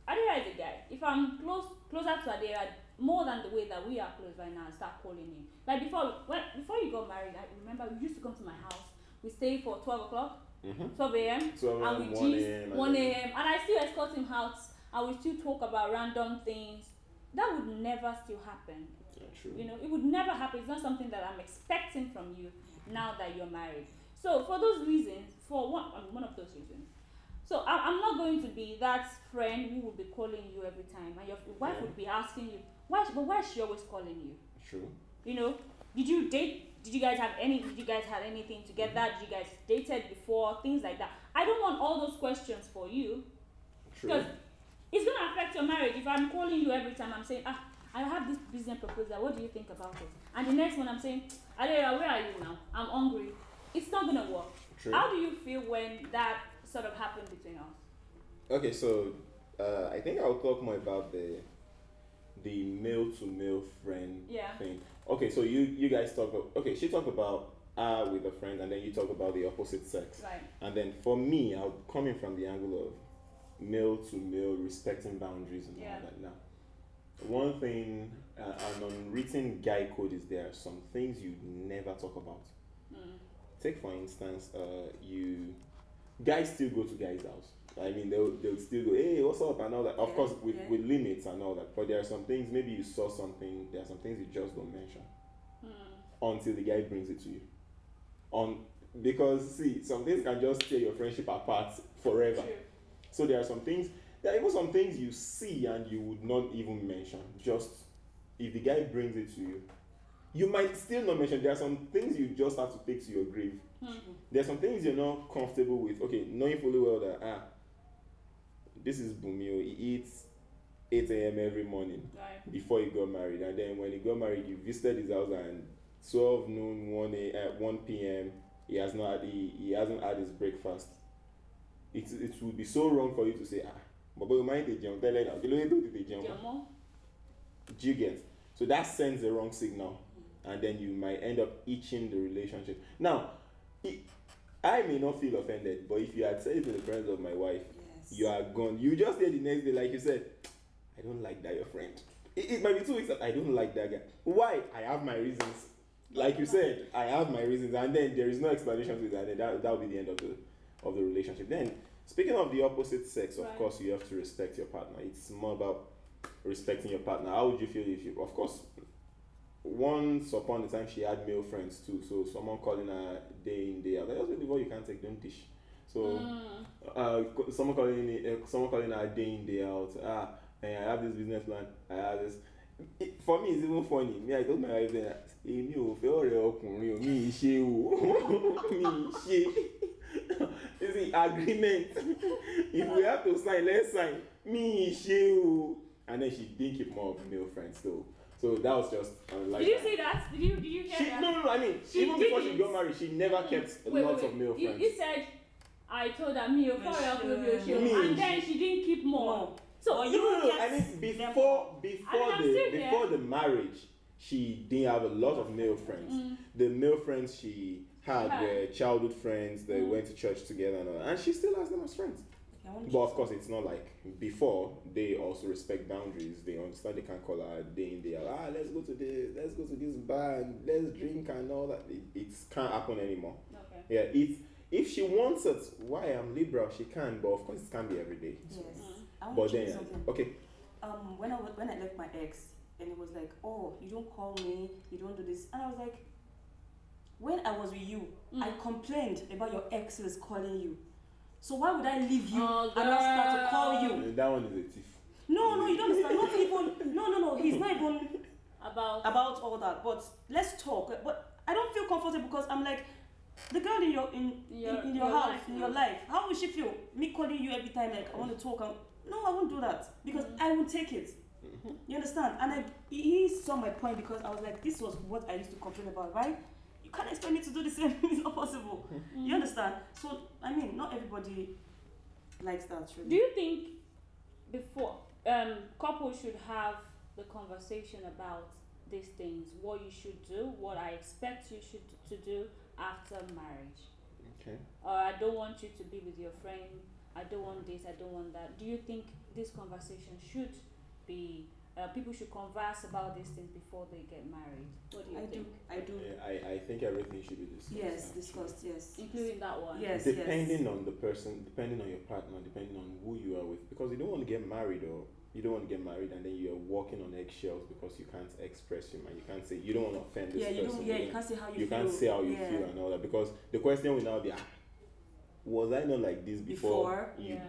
[SPEAKER 2] Adira is a guy. If I'm close, closer to Adira, more than the way that we are close right now, I start calling him. Like before, when, before you got married, I remember you used to come to my house. We stay for 12 o'clock,
[SPEAKER 4] Mm-hmm.
[SPEAKER 2] 12 a.m.
[SPEAKER 4] So
[SPEAKER 2] And
[SPEAKER 4] around
[SPEAKER 2] we
[SPEAKER 4] 1
[SPEAKER 2] gist
[SPEAKER 4] a.m.
[SPEAKER 2] 1 a.m. And I still escort him out. And we still talk about random things. That would never still happen.
[SPEAKER 4] Yeah, true.
[SPEAKER 2] You know, it would never happen. It's not something that I'm expecting from you now that you're married. So for those reasons, for one, um, one of those reasons. So I, I'm not going to be that friend who will be calling you every time, and your wife
[SPEAKER 4] Yeah.
[SPEAKER 2] would be asking you, why? But why is she always calling you?
[SPEAKER 4] True.
[SPEAKER 2] You know, did you date? Did you guys have any? Did you guys have anything together? Did you guys dated before? Things like that. I don't want all those questions for you
[SPEAKER 4] True.
[SPEAKER 2] because it's gonna affect your marriage. If I'm calling you every time, I'm saying, ah, I have this business proposal. What do you think about it? And the next one, I'm saying, Adela, where are you now? I'm hungry. It's not gonna work.
[SPEAKER 4] True.
[SPEAKER 2] How do you feel when that sort of happened between us?
[SPEAKER 4] Okay, so uh, I think I'll talk more about the the male to male friend
[SPEAKER 2] Yeah.
[SPEAKER 4] thing. Okay, so you you guys talk. About, okay, she talked about ah with a friend, and then you talk about the opposite sex.
[SPEAKER 2] Right.
[SPEAKER 4] And then for me, I'm coming from the angle of male to male respecting boundaries and
[SPEAKER 2] Yeah.
[SPEAKER 4] all that. Now, one thing, uh, an unwritten guy code is there are some things you never talk about.
[SPEAKER 3] Hmm.
[SPEAKER 2] Mm.
[SPEAKER 4] Take for instance, uh, you guys still go to guys' house. I mean, they'll, they'll still go, hey, what's up, and all that. Of
[SPEAKER 3] Yeah,
[SPEAKER 4] course, with,
[SPEAKER 3] yeah.
[SPEAKER 4] with limits and all that. But there are some things, maybe you saw something, there are some things you just don't mention
[SPEAKER 2] Mm.
[SPEAKER 3] Hmm.
[SPEAKER 4] until the guy brings it to you. On because see, some things can just tear your friendship apart forever.
[SPEAKER 2] True.
[SPEAKER 4] So there are some things, there are even some things you see and you would not even mention. Just if the guy brings it to you, you might still not mention. There are some things you just have to take to your grave.
[SPEAKER 2] Mm.
[SPEAKER 4] There are some things you're not comfortable with. Okay, knowing fully well that ah, this is Bumio. He eats 8 a.m. every morning
[SPEAKER 2] Right.
[SPEAKER 4] before he got married and then when he got married you visited his house and 12 noon 1 a, uh, 1 p.m he has not had, he, he hasn't had his breakfast it, it would be so wrong for you to say ah bàbá o máa ń tètè jẹun tẹ́lẹ̀ náà kí ló dé tó tètè jẹun
[SPEAKER 2] Your mom.
[SPEAKER 4] do you get so that sends the wrong signal and then you might end up itching the relationship now it, i may not feel offended but if you had said it to the friends of my wife
[SPEAKER 3] Yes.
[SPEAKER 4] you are gone. You just there the next day, like you said, I don't like that your friend. It, it might be two weeks. that I don't like that guy. Why? I have my reasons. Like you said, I have my reasons, and then there is no explanation to that. And then that that will be the end of the of the relationship. Then speaking of the opposite sex, of
[SPEAKER 2] Right.
[SPEAKER 4] course you have to respect your partner. It's more about respecting your partner. How would you feel if you, of course, once upon a time she had male friends too. So someone calling her day in day out. That's really what you can't take. Don't dish. So
[SPEAKER 2] Mm.
[SPEAKER 4] uh, co- someone calling it, uh, someone calling her day in day out. Ah, eh, I have this business plan. I have this. It, for me, it's even funny. Me, I told my wife that èmi ò fẹ́ ọ̀rẹ́ ọkùnrin o, [laughs] mi ì ṣe o, mi ì ṣe. [laughs] You see, agreement. [laughs] If we have to sign, let's sign. Mi ì ṣe o. And then she didn't keep more of male friends though. So that was just unlike.
[SPEAKER 2] Did you see that? Did you Did you hear
[SPEAKER 4] She,
[SPEAKER 2] that?
[SPEAKER 4] no, no, no, I mean,
[SPEAKER 2] She
[SPEAKER 4] even before she
[SPEAKER 2] didn't.
[SPEAKER 4] got married, she never kept
[SPEAKER 2] Wait, wait,
[SPEAKER 4] lots
[SPEAKER 2] wait.
[SPEAKER 4] of male
[SPEAKER 2] you,
[SPEAKER 4] friends.
[SPEAKER 2] You said I told her me oh, your
[SPEAKER 3] Michelle.
[SPEAKER 2] father will be show,
[SPEAKER 4] Me.
[SPEAKER 2] and then she didn't keep more.
[SPEAKER 3] No.
[SPEAKER 2] So
[SPEAKER 3] Or
[SPEAKER 2] you
[SPEAKER 4] No, no, no. I
[SPEAKER 3] Yes,
[SPEAKER 4] mean, before before
[SPEAKER 2] I mean, I'm
[SPEAKER 4] the
[SPEAKER 2] still there.
[SPEAKER 4] before the marriage, she didn't have a lot of male friends.
[SPEAKER 2] Mm.
[SPEAKER 4] The male friends she had
[SPEAKER 2] Yeah.
[SPEAKER 4] were childhood friends. They
[SPEAKER 2] Mm.
[SPEAKER 4] went to church together and all, that, and she still has them as friends.
[SPEAKER 3] I want
[SPEAKER 4] But of course, it's not like before. They also respect boundaries. They understand they can't call her day in day out. Ah, let's go to this. Let's go to this bar and let's drink and all that. It, it can't happen anymore.
[SPEAKER 2] okay.
[SPEAKER 4] Yeah, it's if she wants it. Why I'm liberal, she can. But of course, it can't be every day.
[SPEAKER 3] Yes.
[SPEAKER 2] Mm.
[SPEAKER 3] I want
[SPEAKER 4] But
[SPEAKER 3] to
[SPEAKER 4] then,
[SPEAKER 3] change something.
[SPEAKER 4] okay,
[SPEAKER 3] Um, when I wa- when I left my ex, and it was like, oh, you don't call me, you don't do this, and I was like, when I was with you,
[SPEAKER 2] Mm.
[SPEAKER 3] I complained about your exes calling you. So why would I leave you
[SPEAKER 2] Oh,
[SPEAKER 3] and not start to call
[SPEAKER 2] girl.
[SPEAKER 3] you?
[SPEAKER 4] that one is a thief.
[SPEAKER 3] No, no, you don't understand. Not even. No, no, no. He's not even
[SPEAKER 2] About
[SPEAKER 3] about all that. But let's talk. But I don't feel comfortable because I'm like the girl in your in
[SPEAKER 2] Your-
[SPEAKER 3] in, in your,
[SPEAKER 2] your
[SPEAKER 3] house
[SPEAKER 2] life,
[SPEAKER 3] in
[SPEAKER 2] yeah.
[SPEAKER 3] your life. How will she feel? Me calling you every time like I want to talk. i no, I won't do that because
[SPEAKER 2] Mm-hmm.
[SPEAKER 3] I won't take it. You understand? And I he he saw my point because I was like, this was what I used to complain about, right? You can't expect me to do the same. [laughs] it's not possible.
[SPEAKER 2] Mm-hmm.
[SPEAKER 3] You understand? So I mean, not everybody likes that. Really.
[SPEAKER 2] Do you think before um, couples should have the conversation about these things? What you should do, what I expect you should to do after marriage,
[SPEAKER 4] Okay.
[SPEAKER 2] or I don't want you to be with your friend. I don't want this. I don't want that. Do you think this conversation should be? Uh, people should converse about these things before they get married. What do you
[SPEAKER 3] I do.
[SPEAKER 2] think?
[SPEAKER 3] I do.
[SPEAKER 4] Yeah, I, I think everything should be discussed.
[SPEAKER 3] Yes,
[SPEAKER 4] actually.
[SPEAKER 3] discussed. Yes.
[SPEAKER 2] Including that one.
[SPEAKER 3] Yes.
[SPEAKER 4] depending on the person, depending on your partner, depending on who you are with, because you don't want to get married or you don't want to get married and then you are walking on eggshells because you can't express your mind. You can't say you don't want to offend this
[SPEAKER 3] Yes. Yeah, you
[SPEAKER 4] person.
[SPEAKER 3] don't. Yeah,
[SPEAKER 4] you
[SPEAKER 3] you can't say how you.
[SPEAKER 4] you
[SPEAKER 3] feel.
[SPEAKER 4] can't say how you
[SPEAKER 3] yeah.
[SPEAKER 4] feel and all that because the question will now be, ah, was I not like this before?
[SPEAKER 3] Before,
[SPEAKER 4] You,
[SPEAKER 2] Yeah.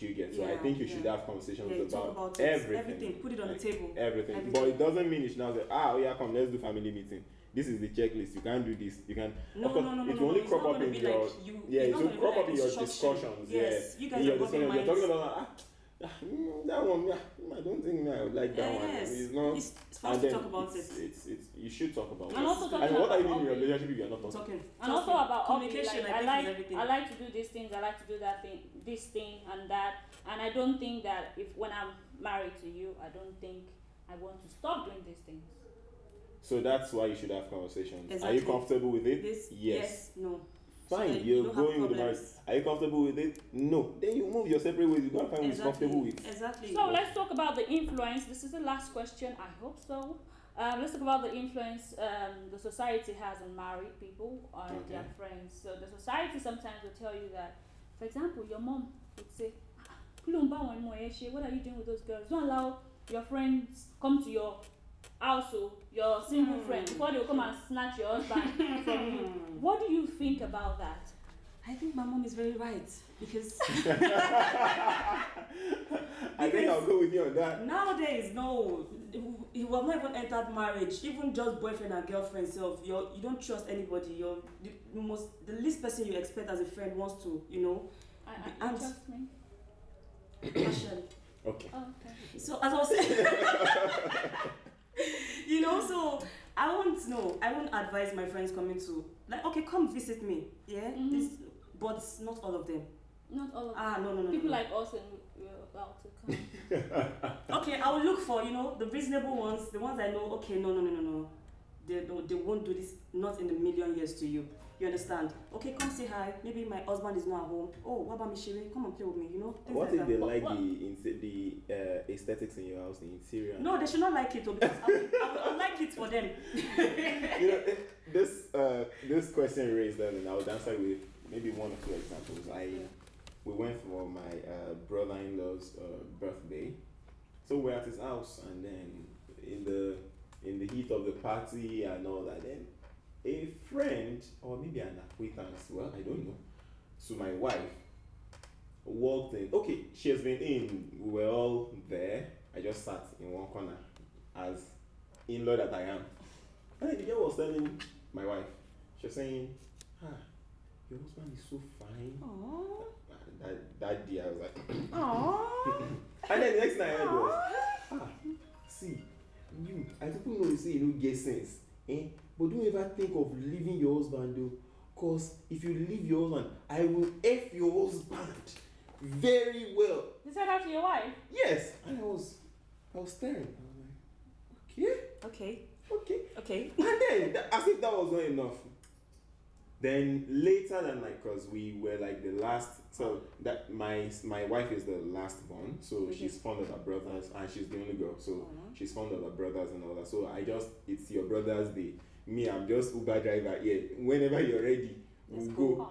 [SPEAKER 4] you get so I
[SPEAKER 3] Yeah,
[SPEAKER 4] think you should
[SPEAKER 3] yeah.
[SPEAKER 4] have conversations
[SPEAKER 3] Yeah, you
[SPEAKER 4] about,
[SPEAKER 3] talk about it,
[SPEAKER 4] everything.
[SPEAKER 3] everything, put it on the
[SPEAKER 4] Like,
[SPEAKER 3] table.
[SPEAKER 4] Everything.
[SPEAKER 3] Everything.
[SPEAKER 4] But it doesn't mean you should now say, ah, oh yeah, come, let's do family meeting. This is the checklist. You can't do this. You can.
[SPEAKER 3] No,
[SPEAKER 4] of course,
[SPEAKER 3] no, no, no,
[SPEAKER 4] it
[SPEAKER 3] no,
[SPEAKER 4] will only
[SPEAKER 3] it's
[SPEAKER 4] crop
[SPEAKER 3] not
[SPEAKER 4] up
[SPEAKER 3] gonna
[SPEAKER 4] in
[SPEAKER 3] be
[SPEAKER 4] your.
[SPEAKER 3] like you-
[SPEAKER 4] yeah,
[SPEAKER 3] it's not
[SPEAKER 4] it will
[SPEAKER 3] gonna be
[SPEAKER 4] crop
[SPEAKER 3] like
[SPEAKER 4] up in your
[SPEAKER 3] instruction.
[SPEAKER 4] discussions.
[SPEAKER 3] Yes,
[SPEAKER 4] yeah.
[SPEAKER 3] you guys
[SPEAKER 4] in your
[SPEAKER 3] are body
[SPEAKER 4] discussion, you're
[SPEAKER 3] minds.
[SPEAKER 4] talking about ah, ah, mm, that one. Yeah, I don't think I would like that
[SPEAKER 3] Yeah,
[SPEAKER 4] one.
[SPEAKER 3] yes.
[SPEAKER 4] It's not.
[SPEAKER 3] It's, it's fun
[SPEAKER 4] and
[SPEAKER 3] to
[SPEAKER 4] then
[SPEAKER 3] talk about
[SPEAKER 4] it's,
[SPEAKER 3] it.
[SPEAKER 4] It's, it's, you should talk about
[SPEAKER 2] And
[SPEAKER 4] it.
[SPEAKER 2] also talking
[SPEAKER 4] what
[SPEAKER 2] about
[SPEAKER 4] are you doing in your
[SPEAKER 2] upgrade.
[SPEAKER 4] relationship if you're not talking?
[SPEAKER 3] Talking.
[SPEAKER 2] and
[SPEAKER 3] Trust
[SPEAKER 2] also
[SPEAKER 3] me,
[SPEAKER 2] about
[SPEAKER 3] communication.
[SPEAKER 2] communication. Like, I,
[SPEAKER 3] think
[SPEAKER 2] like
[SPEAKER 3] is everything.
[SPEAKER 2] I like to do these things. I like to do that thing, this thing and that. And I don't think that if when I'm married to you, I don't think I want to stop doing these things.
[SPEAKER 4] So that's why you should have conversations. Are
[SPEAKER 3] Exactly.
[SPEAKER 4] you comfortable with it?
[SPEAKER 3] this.
[SPEAKER 4] yes.
[SPEAKER 3] No. So
[SPEAKER 4] Fine,
[SPEAKER 3] that you
[SPEAKER 4] you're
[SPEAKER 3] don't have
[SPEAKER 4] going with the marriage.
[SPEAKER 3] problems.
[SPEAKER 4] Are you comfortable with it? No. Then you move your separate ways. You gotta find who's
[SPEAKER 3] Exactly.
[SPEAKER 4] comfortable with.
[SPEAKER 3] Exactly.
[SPEAKER 2] So let's talk about the influence. This is the last question. I hope so. Um, let's talk about the influence um, the society has on married people or their
[SPEAKER 4] Okay.
[SPEAKER 2] friends. So the society sometimes will tell you that, for example, your mom would say, "Ah, Kulumba wa imo eshe, what are you doing with those girls? Don't allow your friends come to your house, oh, your single
[SPEAKER 3] Hmm.
[SPEAKER 2] friends, before they will come and snatch your husband from you. [laughs] What do you think about that?
[SPEAKER 3] I think my mom is very right
[SPEAKER 4] [laughs]
[SPEAKER 3] because [laughs]
[SPEAKER 4] I think I'll go with you on that.
[SPEAKER 3] nowadays, no, you have not even entered marriage. Even just boyfriend and girlfriend self, you're, you don't trust anybody. You're the, the most, the least person you expect as a friend wants to, you
[SPEAKER 2] [coughs]
[SPEAKER 3] know,
[SPEAKER 2] I, I,
[SPEAKER 3] The
[SPEAKER 2] you
[SPEAKER 3] ant-
[SPEAKER 2] trust me.
[SPEAKER 3] passion.
[SPEAKER 4] Okay.
[SPEAKER 2] Oh, okay.
[SPEAKER 3] So as I was saying, [laughs] you know, so I won't know. I won't advise my friends coming to like, okay, come visit me, yeah.
[SPEAKER 2] Mhm.
[SPEAKER 3] This, but not all of them.
[SPEAKER 2] Not all of
[SPEAKER 3] Ah, no, no, no.
[SPEAKER 2] People
[SPEAKER 3] no.
[SPEAKER 2] like us and we're about to come.
[SPEAKER 3] okay, I will look for you know the reasonable ones, the ones I know. Okay, no, no, no, no, no. They don't, they won't do this. Not in a million years to you. You understand? Okay, come say hi. Maybe my husband is not at home. Oh, what about Michelle? Come and play with me. You know. things
[SPEAKER 4] What
[SPEAKER 3] like
[SPEAKER 4] if
[SPEAKER 3] that.
[SPEAKER 4] they
[SPEAKER 2] What-
[SPEAKER 4] like
[SPEAKER 2] what-
[SPEAKER 4] the the uh, aesthetics in your house, the interior?
[SPEAKER 3] No, they should not like it. oh, Because I, would, I, would, I would like it for them.
[SPEAKER 4] you know, eh, this uh, this question raised them, and I would answer with maybe one or two examples. I we went for my uh, brother-in-law's uh, birthday, so we're at his house, and then in the in the heat of the party and all that, then a friend or maybe an acquaintance, well, I don't know, to my wife walked in. Okay, she has been in. We were all there. I just sat in one corner as in-law that I am. And then the girl was telling my wife, she was saying, ah, your husband is so fine.
[SPEAKER 3] Aww.
[SPEAKER 4] And That, that day I was like, [clears throat]
[SPEAKER 3] Aww.
[SPEAKER 4] and then the next thing I heard was, ah, see, you, I don't know you say you don't get sense, eh? But don't ever think of leaving your husband though, cause if you leave your husband, I will F your husband very well.
[SPEAKER 2] You said that to your wife?
[SPEAKER 4] Yes, and I was, I was staring. I was like, okay,
[SPEAKER 3] Okay.
[SPEAKER 4] okay.
[SPEAKER 3] Okay.
[SPEAKER 4] And then, tha- [laughs] as if that was not enough. Then later than like, cause we were like the last. So that my my wife is the last born, so she's fond of her brothers, and she's the only girl, so she's fond of her brothers and all that. So I just, it's your brother's day. Me, I'm just Uber driver. Yeah, whenever you're ready,
[SPEAKER 2] Let's
[SPEAKER 4] we'll go.
[SPEAKER 2] on.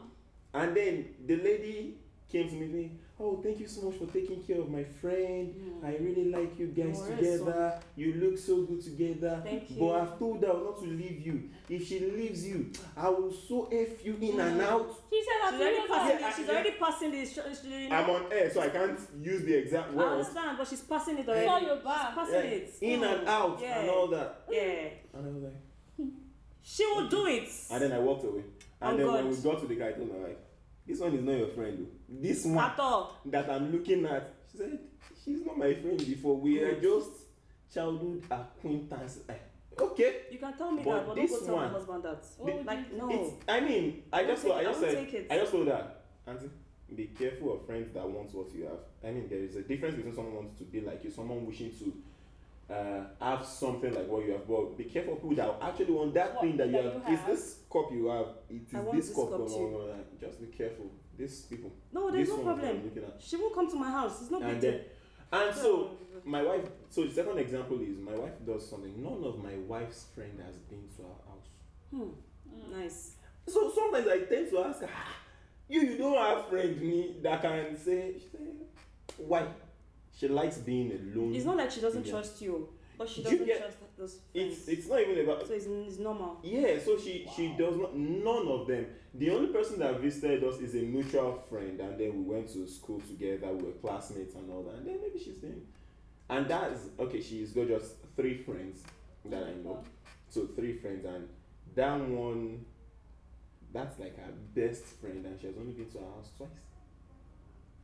[SPEAKER 4] And then the lady came to me saying, "Oh, thank you so much for taking care of my friend.
[SPEAKER 3] Hmm.
[SPEAKER 4] I really like you guys
[SPEAKER 3] Alright,
[SPEAKER 4] together. You look so good together.
[SPEAKER 3] oh. Thank you.
[SPEAKER 4] But I've told her not to leave you. If she leaves you, I will so f you in
[SPEAKER 3] Hmm.
[SPEAKER 4] and out.
[SPEAKER 2] She said that
[SPEAKER 3] She's
[SPEAKER 2] three
[SPEAKER 3] already
[SPEAKER 2] years
[SPEAKER 3] passing.
[SPEAKER 2] ago.
[SPEAKER 4] Yeah, I-
[SPEAKER 3] she's
[SPEAKER 4] yeah.
[SPEAKER 3] already passing this. You know,
[SPEAKER 4] I'm on air, so I can't use the exact
[SPEAKER 3] I
[SPEAKER 4] words.
[SPEAKER 3] understand, but she's passing it
[SPEAKER 2] Before
[SPEAKER 3] already.
[SPEAKER 2] you
[SPEAKER 3] She's
[SPEAKER 2] back.
[SPEAKER 3] passing
[SPEAKER 4] Yeah,
[SPEAKER 3] it.
[SPEAKER 4] in and
[SPEAKER 3] No.
[SPEAKER 4] out
[SPEAKER 3] Yeah.
[SPEAKER 4] and all that.
[SPEAKER 3] Yeah.
[SPEAKER 4] And I was like,
[SPEAKER 3] She will do it.
[SPEAKER 4] and then I walked away. And
[SPEAKER 3] Oh,
[SPEAKER 4] then
[SPEAKER 3] God.
[SPEAKER 4] when we got to the guy, I told her like, this one is not your friend. oh. This one
[SPEAKER 3] At all.
[SPEAKER 4] that I'm looking at. She said, She's not my friend before. We are just childhood acquaintances. Eh, Okay.
[SPEAKER 3] You can tell me
[SPEAKER 4] But
[SPEAKER 3] that, but don't go
[SPEAKER 4] this
[SPEAKER 3] tell my
[SPEAKER 4] one-
[SPEAKER 3] husband that.
[SPEAKER 2] What would
[SPEAKER 3] Like,
[SPEAKER 2] you-
[SPEAKER 3] no.
[SPEAKER 4] It's, I mean, I
[SPEAKER 3] I
[SPEAKER 4] just,
[SPEAKER 3] won't
[SPEAKER 4] I
[SPEAKER 3] take it- I
[SPEAKER 4] just
[SPEAKER 3] won't
[SPEAKER 4] said,
[SPEAKER 3] take it.
[SPEAKER 4] I just told her, Auntie, be careful of friends that want what you have. I mean, there is a difference between someone wants to be like you, someone wishing to uh, have something like what you have, but be careful who that actually want that
[SPEAKER 2] What
[SPEAKER 4] thing that you
[SPEAKER 2] that
[SPEAKER 4] have.
[SPEAKER 2] you
[SPEAKER 4] Is
[SPEAKER 2] have.
[SPEAKER 4] this cup you have? It
[SPEAKER 3] I
[SPEAKER 4] is
[SPEAKER 3] want
[SPEAKER 4] this,
[SPEAKER 3] this
[SPEAKER 4] cup.
[SPEAKER 3] cup
[SPEAKER 4] blah, blah,
[SPEAKER 3] too.
[SPEAKER 4] blah, blah. Just be careful. These people.
[SPEAKER 3] No, there's
[SPEAKER 4] this
[SPEAKER 3] no
[SPEAKER 4] one is what I'm
[SPEAKER 3] problem.
[SPEAKER 4] looking at.
[SPEAKER 3] She won't come to my house. It's no big
[SPEAKER 4] And
[SPEAKER 3] deal.
[SPEAKER 4] then, and
[SPEAKER 3] No.
[SPEAKER 4] so my wife. So the second example is my wife does something. None of my wife's friend has been to our house.
[SPEAKER 2] Mm.
[SPEAKER 3] Hmm. Nice.
[SPEAKER 4] So sometimes I tend to ask her, "Ah, you you don't have friend me that can say, she say why? She likes being alone.
[SPEAKER 3] It's not like she doesn't
[SPEAKER 4] Mm. Yeah.
[SPEAKER 3] trust you, but she
[SPEAKER 4] Do you
[SPEAKER 3] doesn't
[SPEAKER 4] get-
[SPEAKER 3] trust those friends.
[SPEAKER 4] it's it's not even about
[SPEAKER 3] so it's, it's normal.
[SPEAKER 4] yeah. So she she does not none of them. The only person that visited us is a mutual friend, and then we went to school together. We were classmates and all that. And then maybe she's saying, and that's okay. She's got just three friends that I know. So three friends, and that one, that's like her best friend, and she has only been to her house twice.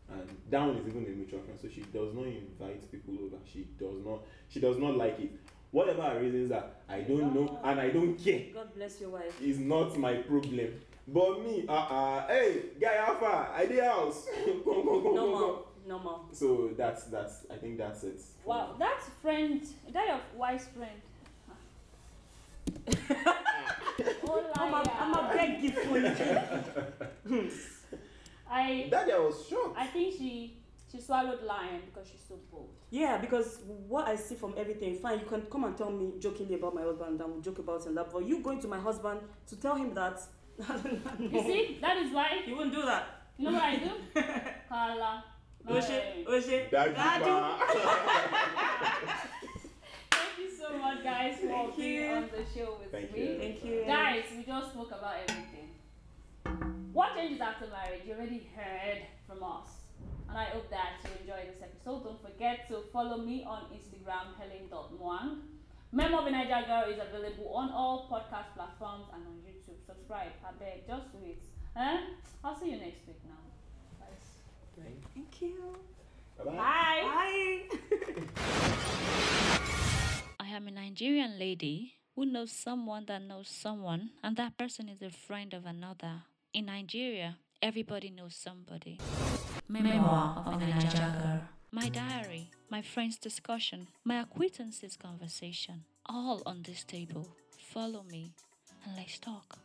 [SPEAKER 4] And that one is even a mutual friend, so she does not invite people over. She does not. She does not like it. Whatever her reasons are, I don't know, and I don't care.
[SPEAKER 3] God bless your wife.
[SPEAKER 4] It's not my problem. But me, uh, uh hey, guy, alpha, I the house. [laughs] Come, come, come, come, come.
[SPEAKER 3] Normal. Normal.
[SPEAKER 4] So that's that's. I think that's it.
[SPEAKER 2] Wow, that friend, that your wife's
[SPEAKER 3] [laughs]
[SPEAKER 2] friend. oh,
[SPEAKER 3] I'm a,
[SPEAKER 2] [laughs]
[SPEAKER 3] I'm a beg gift for you.
[SPEAKER 2] I,
[SPEAKER 4] That guy was shocked.
[SPEAKER 2] I think she she swallowed lion because she's so bold.
[SPEAKER 3] Yeah, because what I see from everything, fine, you can come and tell me jokingly about my husband and we'll joke about him that, but you going to my husband to tell him that, [laughs]
[SPEAKER 2] [laughs] You see, that is why
[SPEAKER 3] he wouldn't do that.
[SPEAKER 2] you know what I
[SPEAKER 3] [laughs]
[SPEAKER 2] do? Carla. my
[SPEAKER 3] Oshé,
[SPEAKER 2] friend.
[SPEAKER 3] Oshé,
[SPEAKER 4] Daddy,
[SPEAKER 3] Daddy.
[SPEAKER 2] Thank you so much, guys, for
[SPEAKER 3] Thank
[SPEAKER 2] being
[SPEAKER 3] you.
[SPEAKER 2] on the show with
[SPEAKER 4] Thank
[SPEAKER 2] me.
[SPEAKER 4] you.
[SPEAKER 3] Thank you.
[SPEAKER 2] Guys, we just spoke about everything. What changes after marriage? You already heard from us. And I hope that you enjoyed this episode. Don't forget to follow me on Instagram, helen.mwang. Memo of a Niger Girl is available on all podcast platforms and on YouTube. Subscribe, I beg, just do it. Eh? I'll see you next week now. Bye.
[SPEAKER 3] Thank you.
[SPEAKER 4] Bye.
[SPEAKER 2] Bye.
[SPEAKER 3] Bye.
[SPEAKER 1] I am a Nigerian lady who knows someone that knows someone, and that person is a friend of another. In Nigeria, everybody knows somebody. Memoir of a Niger Girl. My diary, my friend's discussion, my acquaintances' conversation, all on this table. Follow me and let's talk.